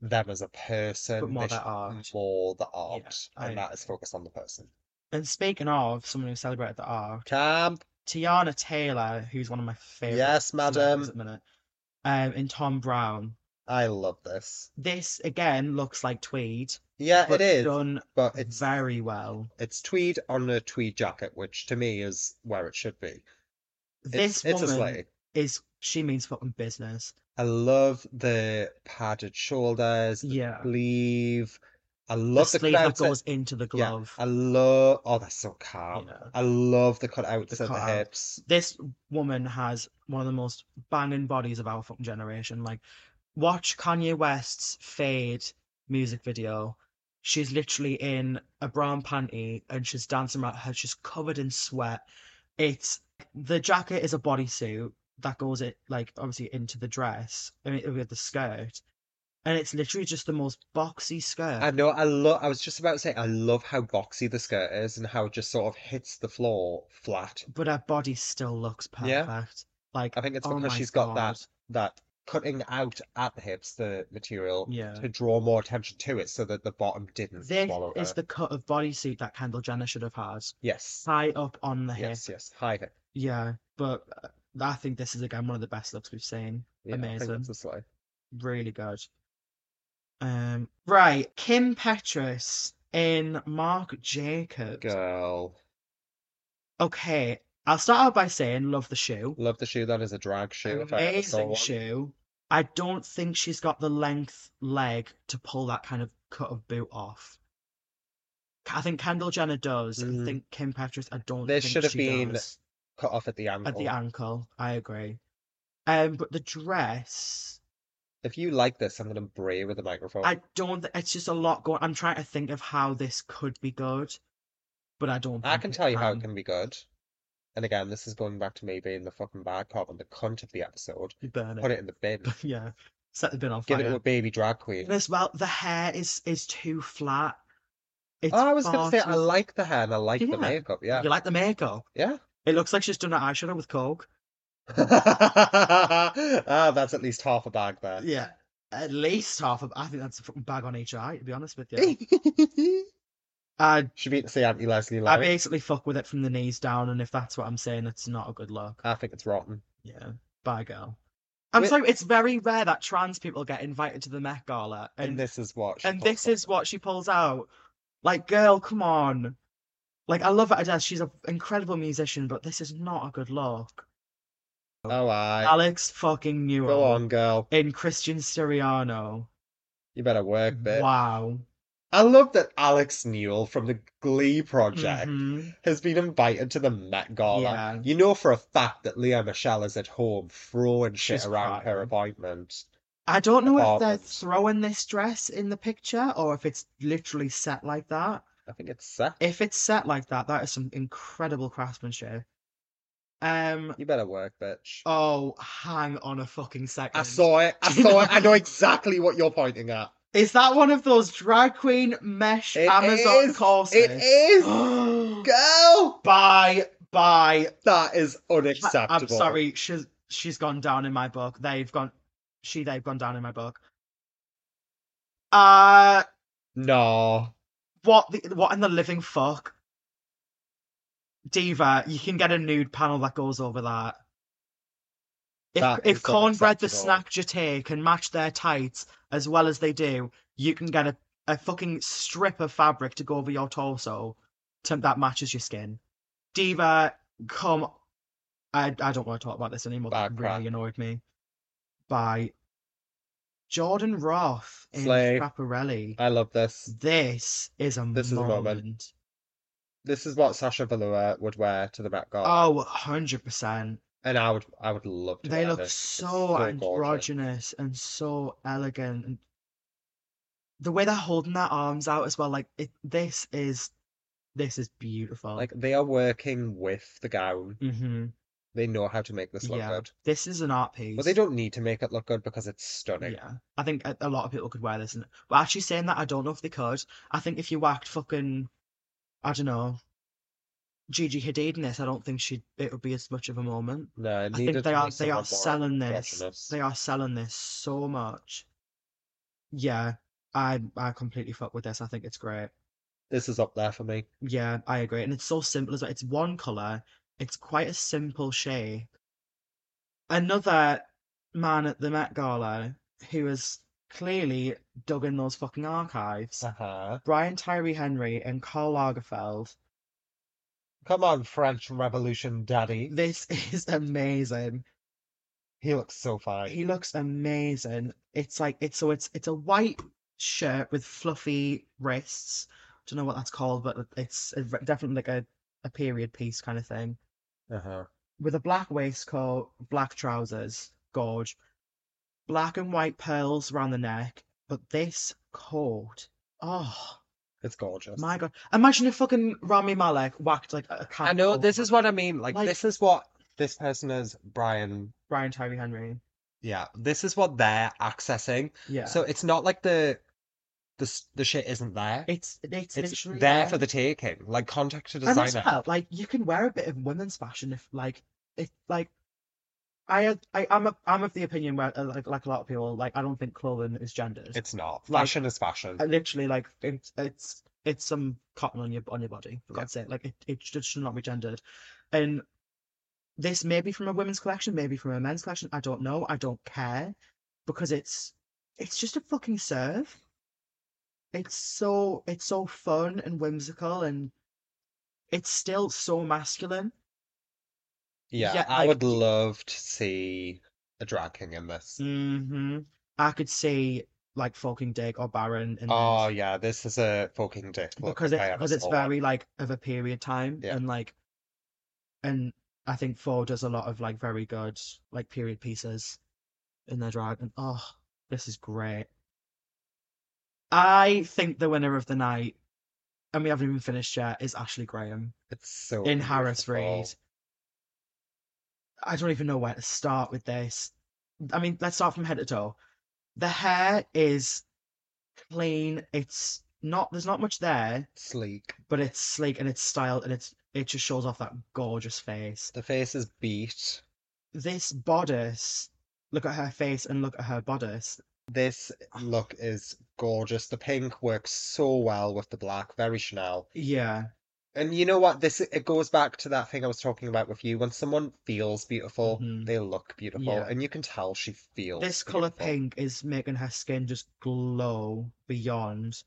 them as a person.
But more
They
their
should-
art.
More the art,
I
and that is
agree.
focused on the person.
And speaking of someone who celebrated the art,
Camp.
Tiana Taylor, who's one of my favorite
Yes, madam.
at the minute, um, and Tom Brown.
I love this.
This again looks like tweed,
Yeah,
but
it is,
done
but it's
very well.
it's tweed on a tweed jacket, which to me is where it should be.
This
it's, it's a
woman
sleigh.
is she means fucking business.
I love the padded shoulders, the
Yeah,
sleeve. I
the
love the,
sleeve
cut
that
outs at-
goes into the
yeah,
glove.
I love. Oh, that's so calm.
Yeah.
I love the cutouts
The
at the
cutout.
hips.
This woman has one of the most banging bodies of our fucking generation. Like, watch Kanye West's Fade music video. She's literally in a brown panty and she's dancing around her. She's covered in sweat. It's the jacket is a bodysuit that goes it like obviously into the dress I mean, with the skirt, and it's literally just the most boxy skirt.
I know. I love. I was just about to say. I love how boxy the skirt is and how it just sort of hits the floor flat.
but her body still looks perfect.
Yeah.
Like
I think it's
oh
because
my
she's got that
God.
that cutting out at the hips the material
Yeah.
to draw more attention to it, so that the bottom didn't
This
swallow
is
her.
the cut of bodysuit that Kendall Jenner should have had.
Yes.
High up on the hip.
Yes. Yes. High hip.
Yeah. But uh, I think this is again one of the best looks we've seen.
Yeah, I think
Amazing.
that's the sleigh.
Really good. Um right, Kim Petras in Mark Jacobs.
Girl,
Okay. I'll start out by saying love the shoe.
love the shoe. That is a drag shoe. if I ever saw
Amazing
one.
shoe. I don't think she's got the length leg to pull that kind of cut of boot off. I think Kendall Jenner does.
Mm.
I think Kim Petras. I don't.
This
think
should have
she
been
does.
Cut off at the ankle.
at the ankle. I agree. Um, but the dress,
If you like this, I'm gonna bray with the microphone.
I don't. Th- it's just a lot going. I'm trying to think of how this could be good, but I don't.
I
think
can
it
tell you how it can be good. And again, this is going back to me being the fucking bad cop and the cunt of the episode.
You burn
Put
it.
it in the bin.
yeah, set the bin on
Give
fire.
it to a baby drag queen.
And as well, the hair is is too flat. It's
Oh, I was gonna
far
say
too
I like the hair and I like the
Yeah.
makeup. Yeah,
You like the makeup?
yeah.
It looks like she's done her eyeshadow with coke.
Ah, that's at least half a bag there.
Yeah, at least half of. I think that's a fucking bag on each eye. To be honest with you, I
Should be to see Auntie Leslie
I
like.
basically fuck with it from the knees down, and if that's what I'm saying, it's not a good look.
I think it's rotten.
Yeah, bye girl. I'm
Wi-
sorry, it's very rare that trans people get invited to the Met Gala,
And,
and
this is what. she
and
put
this
up.
is what she pulls out. Like, girl, come on. Like, I love her to death. She's an incredible musician, but this is not a good look.
Oh, I.
Alex fucking
Go
Newell
on, girl.
in Christian Siriano.
You better work, bitch.
Wow.
I love that Alex Newell from the Glee project
Mhm.
has been invited to the Met Gala.
Yeah.
You know for a fact that Leo Michelle is at home throwing shit
She's
around her
crying.
appointment.
I don't know if they're
Apartment.
throwing this dress in the picture or if it's literally set like that.
I think it's Seth.
if it's set like that, that is some incredible craftsmanship. Um.
You better work, bitch.
Oh, hang on a fucking second.
I saw it. I saw it. I know exactly what you're pointing at.
Is that one of those drag queen mesh
It
Amazon
is,
courses?
It is. Girl,
Bye, bye.
that is
I-
unacceptable.
I'm sorry. She's she's gone down in my book. They've gone. She they've gone down in my book. Uh,
No.
what the what in the living fuck? Diva, you can get a nude panel that goes over that. If
That
if
is
cornbread the
unacceptable.
snack jeté can match their tights as well as they do, you can get a, a fucking strip of fabric to go over your torso to, that matches your skin. Diva, come I I don't want to talk about this anymore. That
Bad crap.
really annoyed me. By Jordan Roth in
Slay.
Schiaparelli.
I love this.
This is a
This is a
moment.
moment. This is what Sasha Velour would wear to the Met Gala,
Oh, 100%.
and I would, I would love to.
They
wear
look
this. It's
so,
gorgeous.
androgynous and so elegant. And the way they're holding their arms out as well, like it, this is this is beautiful.
Like they are working with the gown.
hmm
They know how to make this look
Yeah.
good,
This is an art piece.
but they don't need to make it look good because it's stunning.
Yeah, I think a, a lot of people could wear this. And, but actually, saying that, I don't know if they could. I think if you whacked fucking, I don't know, Gigi Hadid in this, I don't think she would it would be as much of a moment.
No, it
I think
needed
they
to be
are they
someone
are
more
selling this.
androgynous.
They are selling this so much. Yeah, I I completely fuck with this. I think it's great.
This is up there for me.
Yeah, I agree. And it's so simple as well. It's one color. It's quite a simple shape. Another man at the Met Gala who has clearly dug in those fucking archives.
Uh-huh.
Brian Tyree Henry and Karl Lagerfeld.
Come on, French Revolution daddy.
This is amazing.
He looks so fine.
He looks amazing. It's like it's so it's it's a white shirt with fluffy wrists. Don't know what that's called, but it's a, definitely like a, a period piece kind of thing.
Uh-huh.
With a black waistcoat, black trousers, gorge, black and white pearls around the neck. But this coat, oh
It's gorgeous.
my god! Imagine if fucking Rami Malek whacked like a cat.
I know this
over
is what I mean. Like,
Like-
this is what this person is Brian.
Brian Tyree Henry.
Yeah, this is what they're accessing.
Yeah.
So it's not like the the s- the shit isn't there.
it's it's,
It's
literally
there for the taking. Like contact a
and as
designer.
well, like you can wear a bit of women's fashion if like if like I I I'm a, I'm of the opinion where uh, like like a lot of people like I don't think clothing is gendered.
It's not.
Like-
Fashion is fashion.
I literally like it's it's it's some cotton on your on your body for
Yeah.
God's sake. Like it it should, should not be gendered, and this may be from a women's collection, maybe from a men's collection. I don't know. I don't care because it's it's just a fucking serve. It's so it's so fun and whimsical and it's still so masculine.
Yeah,
yeah,
I
like-
would love to see a drag king in this.
Mm-hmm. I could see like fucking Dick or Baron in
Oh
this.
yeah, this is a fucking dick look
because
if
it,
I ever
because it's
saw one.
very like of a period time
Yeah.
and like and I think Ford does a lot of like very good like period pieces in their drag and oh this is great. I think the winner of the night and we haven't even finished yet is Ashley Graham
It's so
in Harris
beautiful.
Reed. I don't even know where to start with this. I mean, let's start from head to toe. The hair is clean. It's not there's not much there
Sleek.
but it's sleek and it's styled and it's it just shows off that gorgeous face.
The face is beat.
This bodice, look at her face and look at her bodice.
This
Ah.
look is gorgeous. The pink works so well with the black, very Chanel.
Yeah,
And you know what? This it goes back to that thing I was talking about with you. When someone feels beautiful,
Mhm.
they look beautiful,
Yeah.
and you can tell she feels
this color
beautiful.
pink is making her skin just glow beyond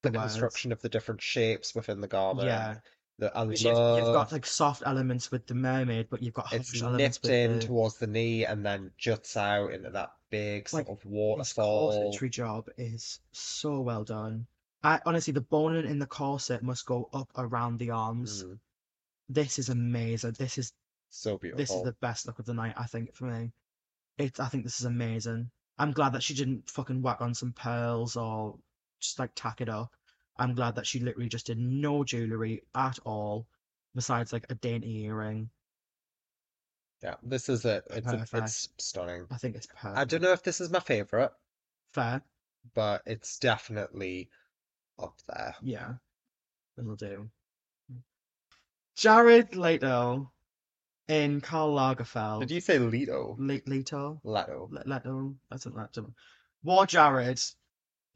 The
the words.
construction of the different shapes within the garment.
Yeah,
The, I
Which you've, you've got
love-
like soft elements with the mermaid, but you've got
uh, it's
harsh elements
nipped
with
in
the
towards the knee and then juts out into that big sort
Like,
of
His
waterfall.
corsetry job is so well done. I honestly, the boning in the corset must go up around the arms.
Mm,
This is amazing. This is
so
this is
beautiful.
the best look of the night, I think, for me. It's I think this is amazing. I'm glad that she didn't fucking whack on some pearls or just like tack it up. I'm glad that she literally just did no jewellery at all, besides like a dainty earring.
Yeah, this is it. It's a, it's
Perfect.
stunning.
I think it's perfect.
I don't know if this is my favorite,
Fair.
but it's definitely up there.
Yeah. It'll do. Jared Leto in Karl Lagerfeld.
Did you say Leto?
Le- Leto?
Leto.
Let Leto? That's not Leto. War Jared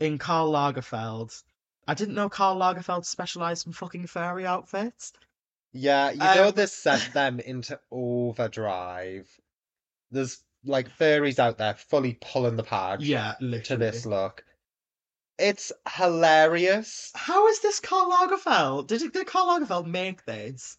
in Karl Lagerfeld. I didn't know Karl Lagerfeld specialised in fucking furry outfits.
Yeah, you know
Um,
this sent them into overdrive. There's like furries out there fully pulling the pad
Yeah,
to
literally.
this look. It's hilarious.
How is this Karl Lagerfeld? Did, it, did Karl Lagerfeld make this?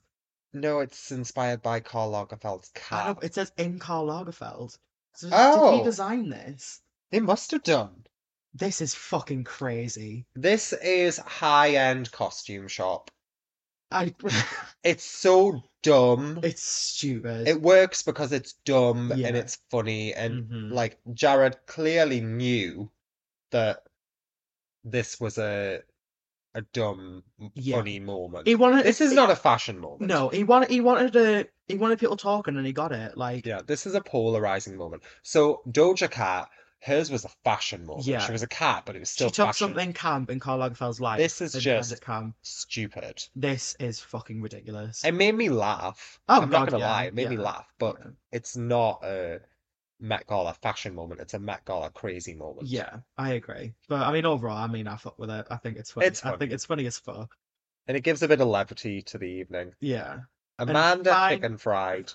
No, it's inspired by Karl Lagerfeld's
I
cat.
don't, it says in Karl Lagerfeld. So Did
Oh.
he design this?
They must have done.
This is fucking crazy.
This is high-end costume shop.
I,
It's so dumb.
it's stupid.
It works because it's dumb
Yeah.
and it's funny and
Mhm.
like Jared clearly knew that this was a a dumb, m-
Yeah.
funny moment.
He wanted.
This is
he-
not a fashion moment.
No, he wanted. He wanted to. He wanted people talking, and he got it. Like,
Yeah, this is a polarizing moment. So Doja Cat, hers was a fashion moment.
Yeah.
She was a cat, but it was
she
still
took
fashion.
something camp in Karl Lagerfeld's life.
This is
and turned
just-
it camp.
Stupid.
This is fucking ridiculous.
It made me laugh.
Oh,
I'm
God,
not gonna
yeah,
lie, it made me
yeah,
laugh, but
Yeah.
it's not a Met Gala fashion moment. It's a Met Gala crazy moment.
Yeah, I agree. But I mean, overall, I mean, I fuck with it. I think it's funny.
It's
I think
funny.
it's funny as fuck.
And it gives a bit of levity to the evening.
Yeah.
Amanda
fine.
Chicken Fried.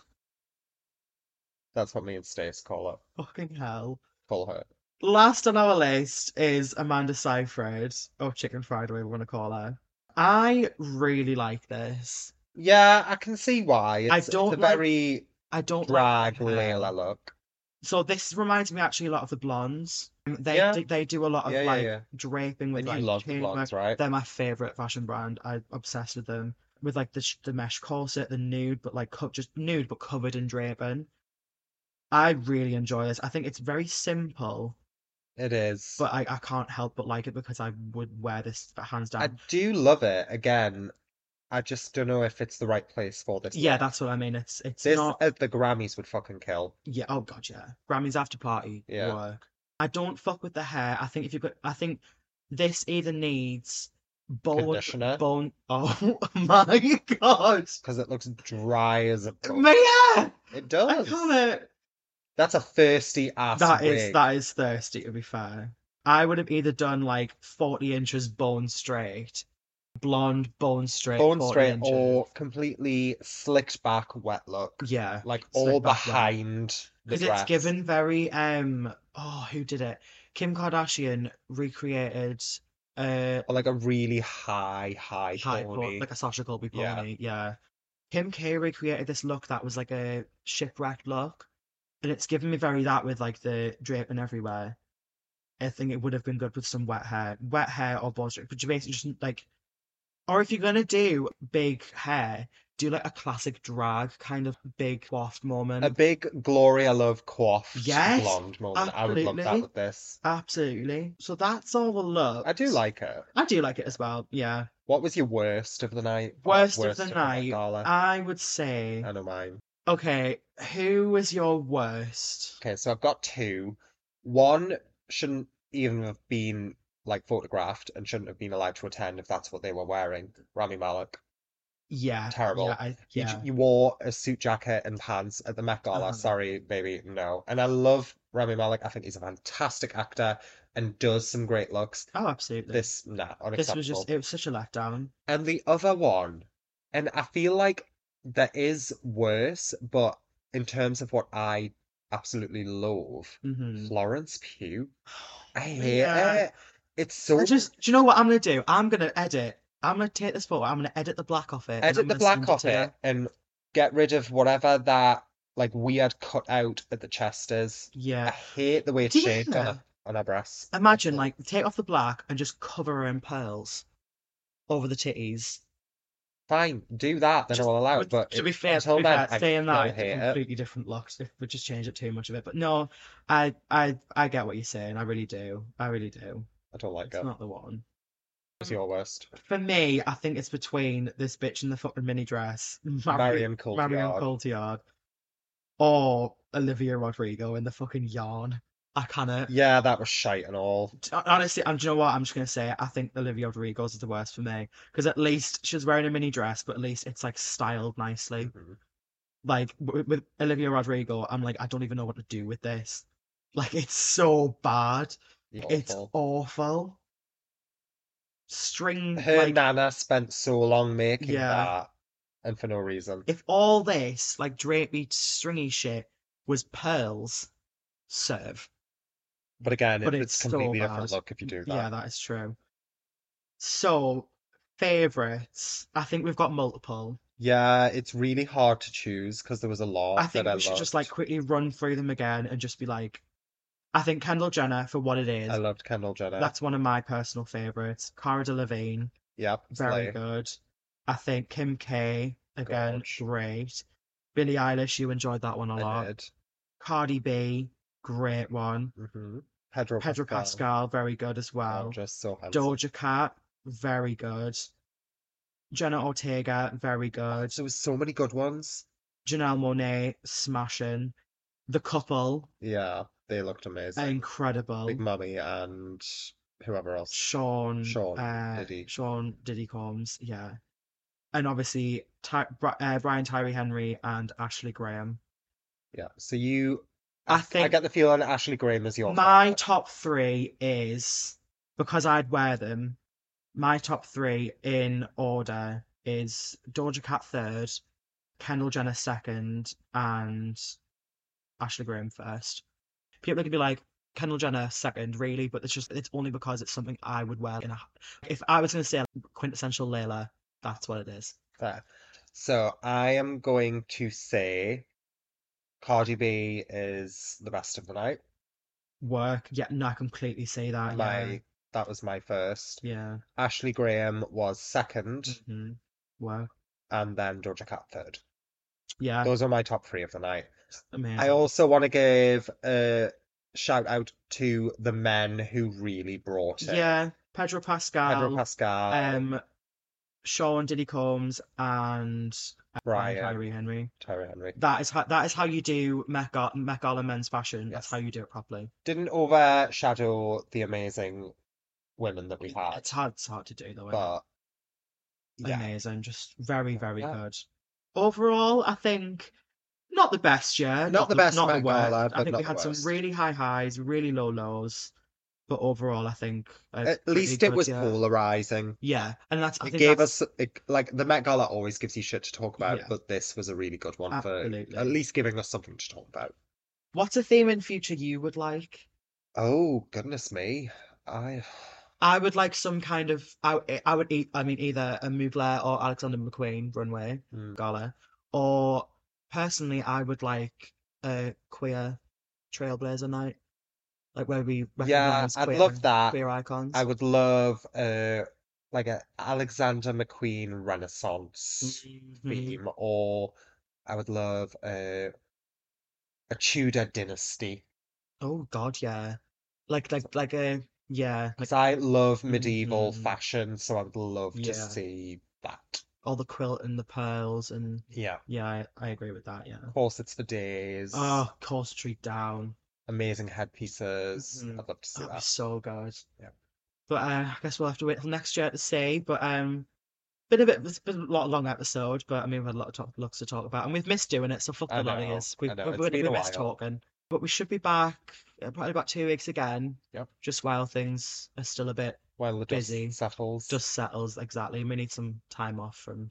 That's what me and Stace call it.
Fucking hell.
Call her.
Last on our list is Amanda Seyfried, or Chicken Fried, whatever we want to call her. I really like this.
Yeah, I can see why. It's,
I
it's
don't
a
like-
very
I don't
drag
her.
Layla look.
So this reminds me actually a lot of the Blondes. They
Yeah.
do, they do a lot of
Yeah, yeah,
like
yeah.
draping with
And you
like
love
turmeric.
blondes, right?
They're my favorite fashion brand. I'm obsessed with them. With like the sh- the mesh corset, the nude, but like co- just nude but covered in draping. I really enjoy this. I think it's very simple,
It is.
but I, I can't help but like it because I would wear this hands down.
I do love it. Again, I just don't know if it's the right place for this.
Yeah,
look.
that's what I mean. It's it's
this
not
at the Grammys would fucking kill.
Yeah. Oh god, yeah. Grammys after party
Yeah.
work. I don't fuck with the hair. I think if you put, I think this either needs bone,
Conditioner.
bone. Oh my god,
Because it looks dry as a book.
my hair!
It
I
does.
can't.
That's a thirsty ass.
That is
wig.
that is thirsty. To be fair, I would have either done like forty inches bone straight, blonde bone straight,
bone
40
straight
inches.
or completely slicked back wet look.
yeah,
Like
Slicked
all
back wet.
behind the
because
dress.
it's given very um. Oh, who did it? Kim Kardashian recreated uh
Or like a really high, high,
high pony.
pony.
like a Sasha Colby
Yeah.
pony. Yeah. Kim K recreated this look that was like a shipwrecked look, and it's given me very that with like the draping everywhere. I think it would have been good with some wet hair, wet hair or ball strip, but you basically just like, or if you're gonna do big hair, do like a classic drag kind of big waft moment.
A big Gloria Love coiffed
Yes,
blonde moment. I would love that
absolutely.
with this.
Absolutely. So that's all the look.
I do like it.
I do like it as well. Yeah.
What was your worst of the night? Oh,
Worst of the night,
Darla.
I would say.
I know mine.
Okay, who was your worst?
Okay, so I've got two. One shouldn't even have been like photographed and shouldn't have been allowed to attend if that's what they were wearing. Rami Malek.
Yeah.
Terrible.
Yeah. I,
He,
yeah.
he wore a suit jacket and pants at the Met Gala.
Uh-huh.
Sorry, baby, no. And I love Rami Malek. I think he's a fantastic actor and does some great looks.
Oh, absolutely. This,
This, nah, unacceptable.
was just, it was such a letdown.
And the other one, and I feel like there is worse, but in terms of what I absolutely love,
Mm-hmm. Oh,
Florence Pugh. I hate
Yeah.
it. It's so
I just, do you know what I'm going to do? I'm going to edit. I'm going to take this photo. I'm going to edit the black off it. and I'm
edit the
gonna
black
send
off
to
it
you.
and get rid of whatever that like weird cut out at the chest is. I
Yeah.
hate the way it's shaped on
Yeah.
her on her breast.
Imagine,
Ugh.
like, take off the black and just cover her in pearls over the titties.
Fine, do that, then
Just-
I'll allow
But
it. But
to
it-
be fair, to
until
be
then,
fair,
I
saying that
don't
it's a
hate it.
completely different looks. If we just change it too much of it, but no, I, I, I get what you're saying. I really do. I really do.
I don't like
It's
it.
not the one.
It's your worst.
For me, I think it's between this bitch in the fucking mini dress, Marion, Marion
Marion Cotillard.
Cotillard, or Olivia Rodrigo in the fucking yarn. I cannot.
Yeah, that was shite and all.
Honestly, and do you know what? I'm just gonna say it. I think Olivia Rodrigo's is the worst for me because at least she's wearing a mini dress, but at least it's like styled nicely.
Mhm.
Like with, with Olivia Rodrigo, I'm like, I don't even know what to do with this. Like it's so bad. It's
Mm-hmm. Awful.
awful. String
Her
like
nana spent so long making
Yeah.
that, and for no reason.
if all this like drapey stringy shit was pearls serve
But again,
But
it-
it's
it's
so
completely different
bad.
look if you do
yeah
that.
that is true so favorites i think we've got multiple
Yeah, it's really hard to choose because there was a lot
i think
that I
we should just like
loved.
quickly run through them again and just be like i think kendall jenner for what it is
I loved Kendall Jenner.
that's one of my personal favorites cara delevingne
Yep,
very
slay.
good i think kim k again
Gorge.
great billie eilish you enjoyed that one a
I
lot
did.
cardi b great one
hmm Pedro
Mm-hmm. Pedro
Pascal.
Pascal, very good as
Oh,
well.
just so handsome.
Doja Cat, very good. Jenna Ortega, very good.
There was so many good ones.
Janelle Monet, smashing. The couple,
Yeah, they looked amazing.
incredible.
Big Mummy and whoever else.
Sean,
Sean
uh,
Diddy.
Sean Diddy Combs, yeah. And obviously, Ty- Bri- uh, Brian Tyree Henry and Ashley Graham.
Yeah. So you,
I
I
think-
get the feeling Ashley Graham is your
My
favorite.
top three is because I'd wear them. My top three in order is Doja Cat third, Kendall Jenner second, and Ashley Graham first. People are gonna be like, Kendall Jenner second, really, but it's just it's only because it's something I would wear in a. If I was gonna say quintessential Layla, that's what it is.
Fair. So I am going to say Cardi B is the best of the night.
Work, yeah, no, I completely see that. yeah,
My that was my first.
yeah,
Ashley Graham was second,
mhm, work,
and then Doja Cat third.
yeah,
Those are my top three of the night.
amazing.
I also want to give a shout out to the men who really brought it.
yeah, Pedro Pascal,
Pedro Pascal,
um, Sean Diddy Combs, and um,
Brian,
Kyrie Henry.
Tyra Henry.
That is how that is how you do Met Ga- Met Gala men's fashion. That's
Yes.
how you do it properly.
Didn't overshadow the amazing women that we had,
It's hard, it's hard to do though. isn't it?
but yeah,
Amazing, just very, very
Yeah.
good. Overall, I think not the best year,
Not the best
not the
Met
worst.
Gala,
I
but
think
not
we
the
had some
worst.
really high highs, really low lows, but overall, I think a
at
pretty
least it
good
was
year.
polarizing.
Yeah, and that's I
It
think
gave
that's-
us it- like the Met Gala always gives you shit to talk about,
Yeah.
but this was a really good one
Absolutely.
for at least giving us something to talk about.
what's a theme in future you would like.
Oh, goodness me. I
I would like some kind of I I would eat I mean either a Mugler or Alexander McQueen runway
Mm.
gala or personally I would like a queer trailblazer night like where we
yeah,
recognize
I'd
queer
love that.
queer icons
I would love uh like a Alexander McQueen Renaissance
Mhm.
theme, or I would love a a Tudor dynasty
oh god yeah like like like a yeah like
because I love medieval
Mhm.
fashion, so I would love to
Yeah.
see that.
all the quilt and the pearls and
Yeah,
yeah I, I agree with that yeah
corsets for days,
oh course tree down
amazing headpieces.
Mhm.
I'd love to see
That'd be
that.
so good.
Yeah.
But uh, I guess we'll have to wait till next year to see. But um, been a bit, it's been a lot long episode. But I mean, we've had a lot of talk, lots to talk about, and we've missed doing it. So fuck
I
the lot of
know,
us. We,
I know,
we,
it's
we,
been
we
a
missed
while.
talking. But we should be back uh, probably about two weeks again.
Yep.
Just while things are still a bit
While the dust
busy,
settles,
just settles exactly. We need some time off from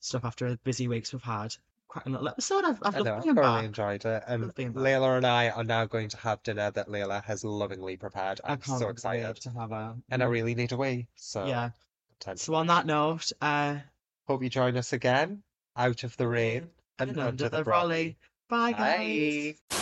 stuff after the busy weeks we've had. Quite a little episode. I've, I've
I know,
loved
I've
being
thoroughly
back.
enjoyed it. Um,
Love being back.
Layla and I are now going to have dinner that Layla has lovingly prepared.
I
I'm
can't
so
wait
excited.
to have a
And I really uh, need a wee, so
yeah.
time to
So on that note, uh,
Hope you join us again, out of the rain and under, the brolly.
Bye,
Bye.
guys.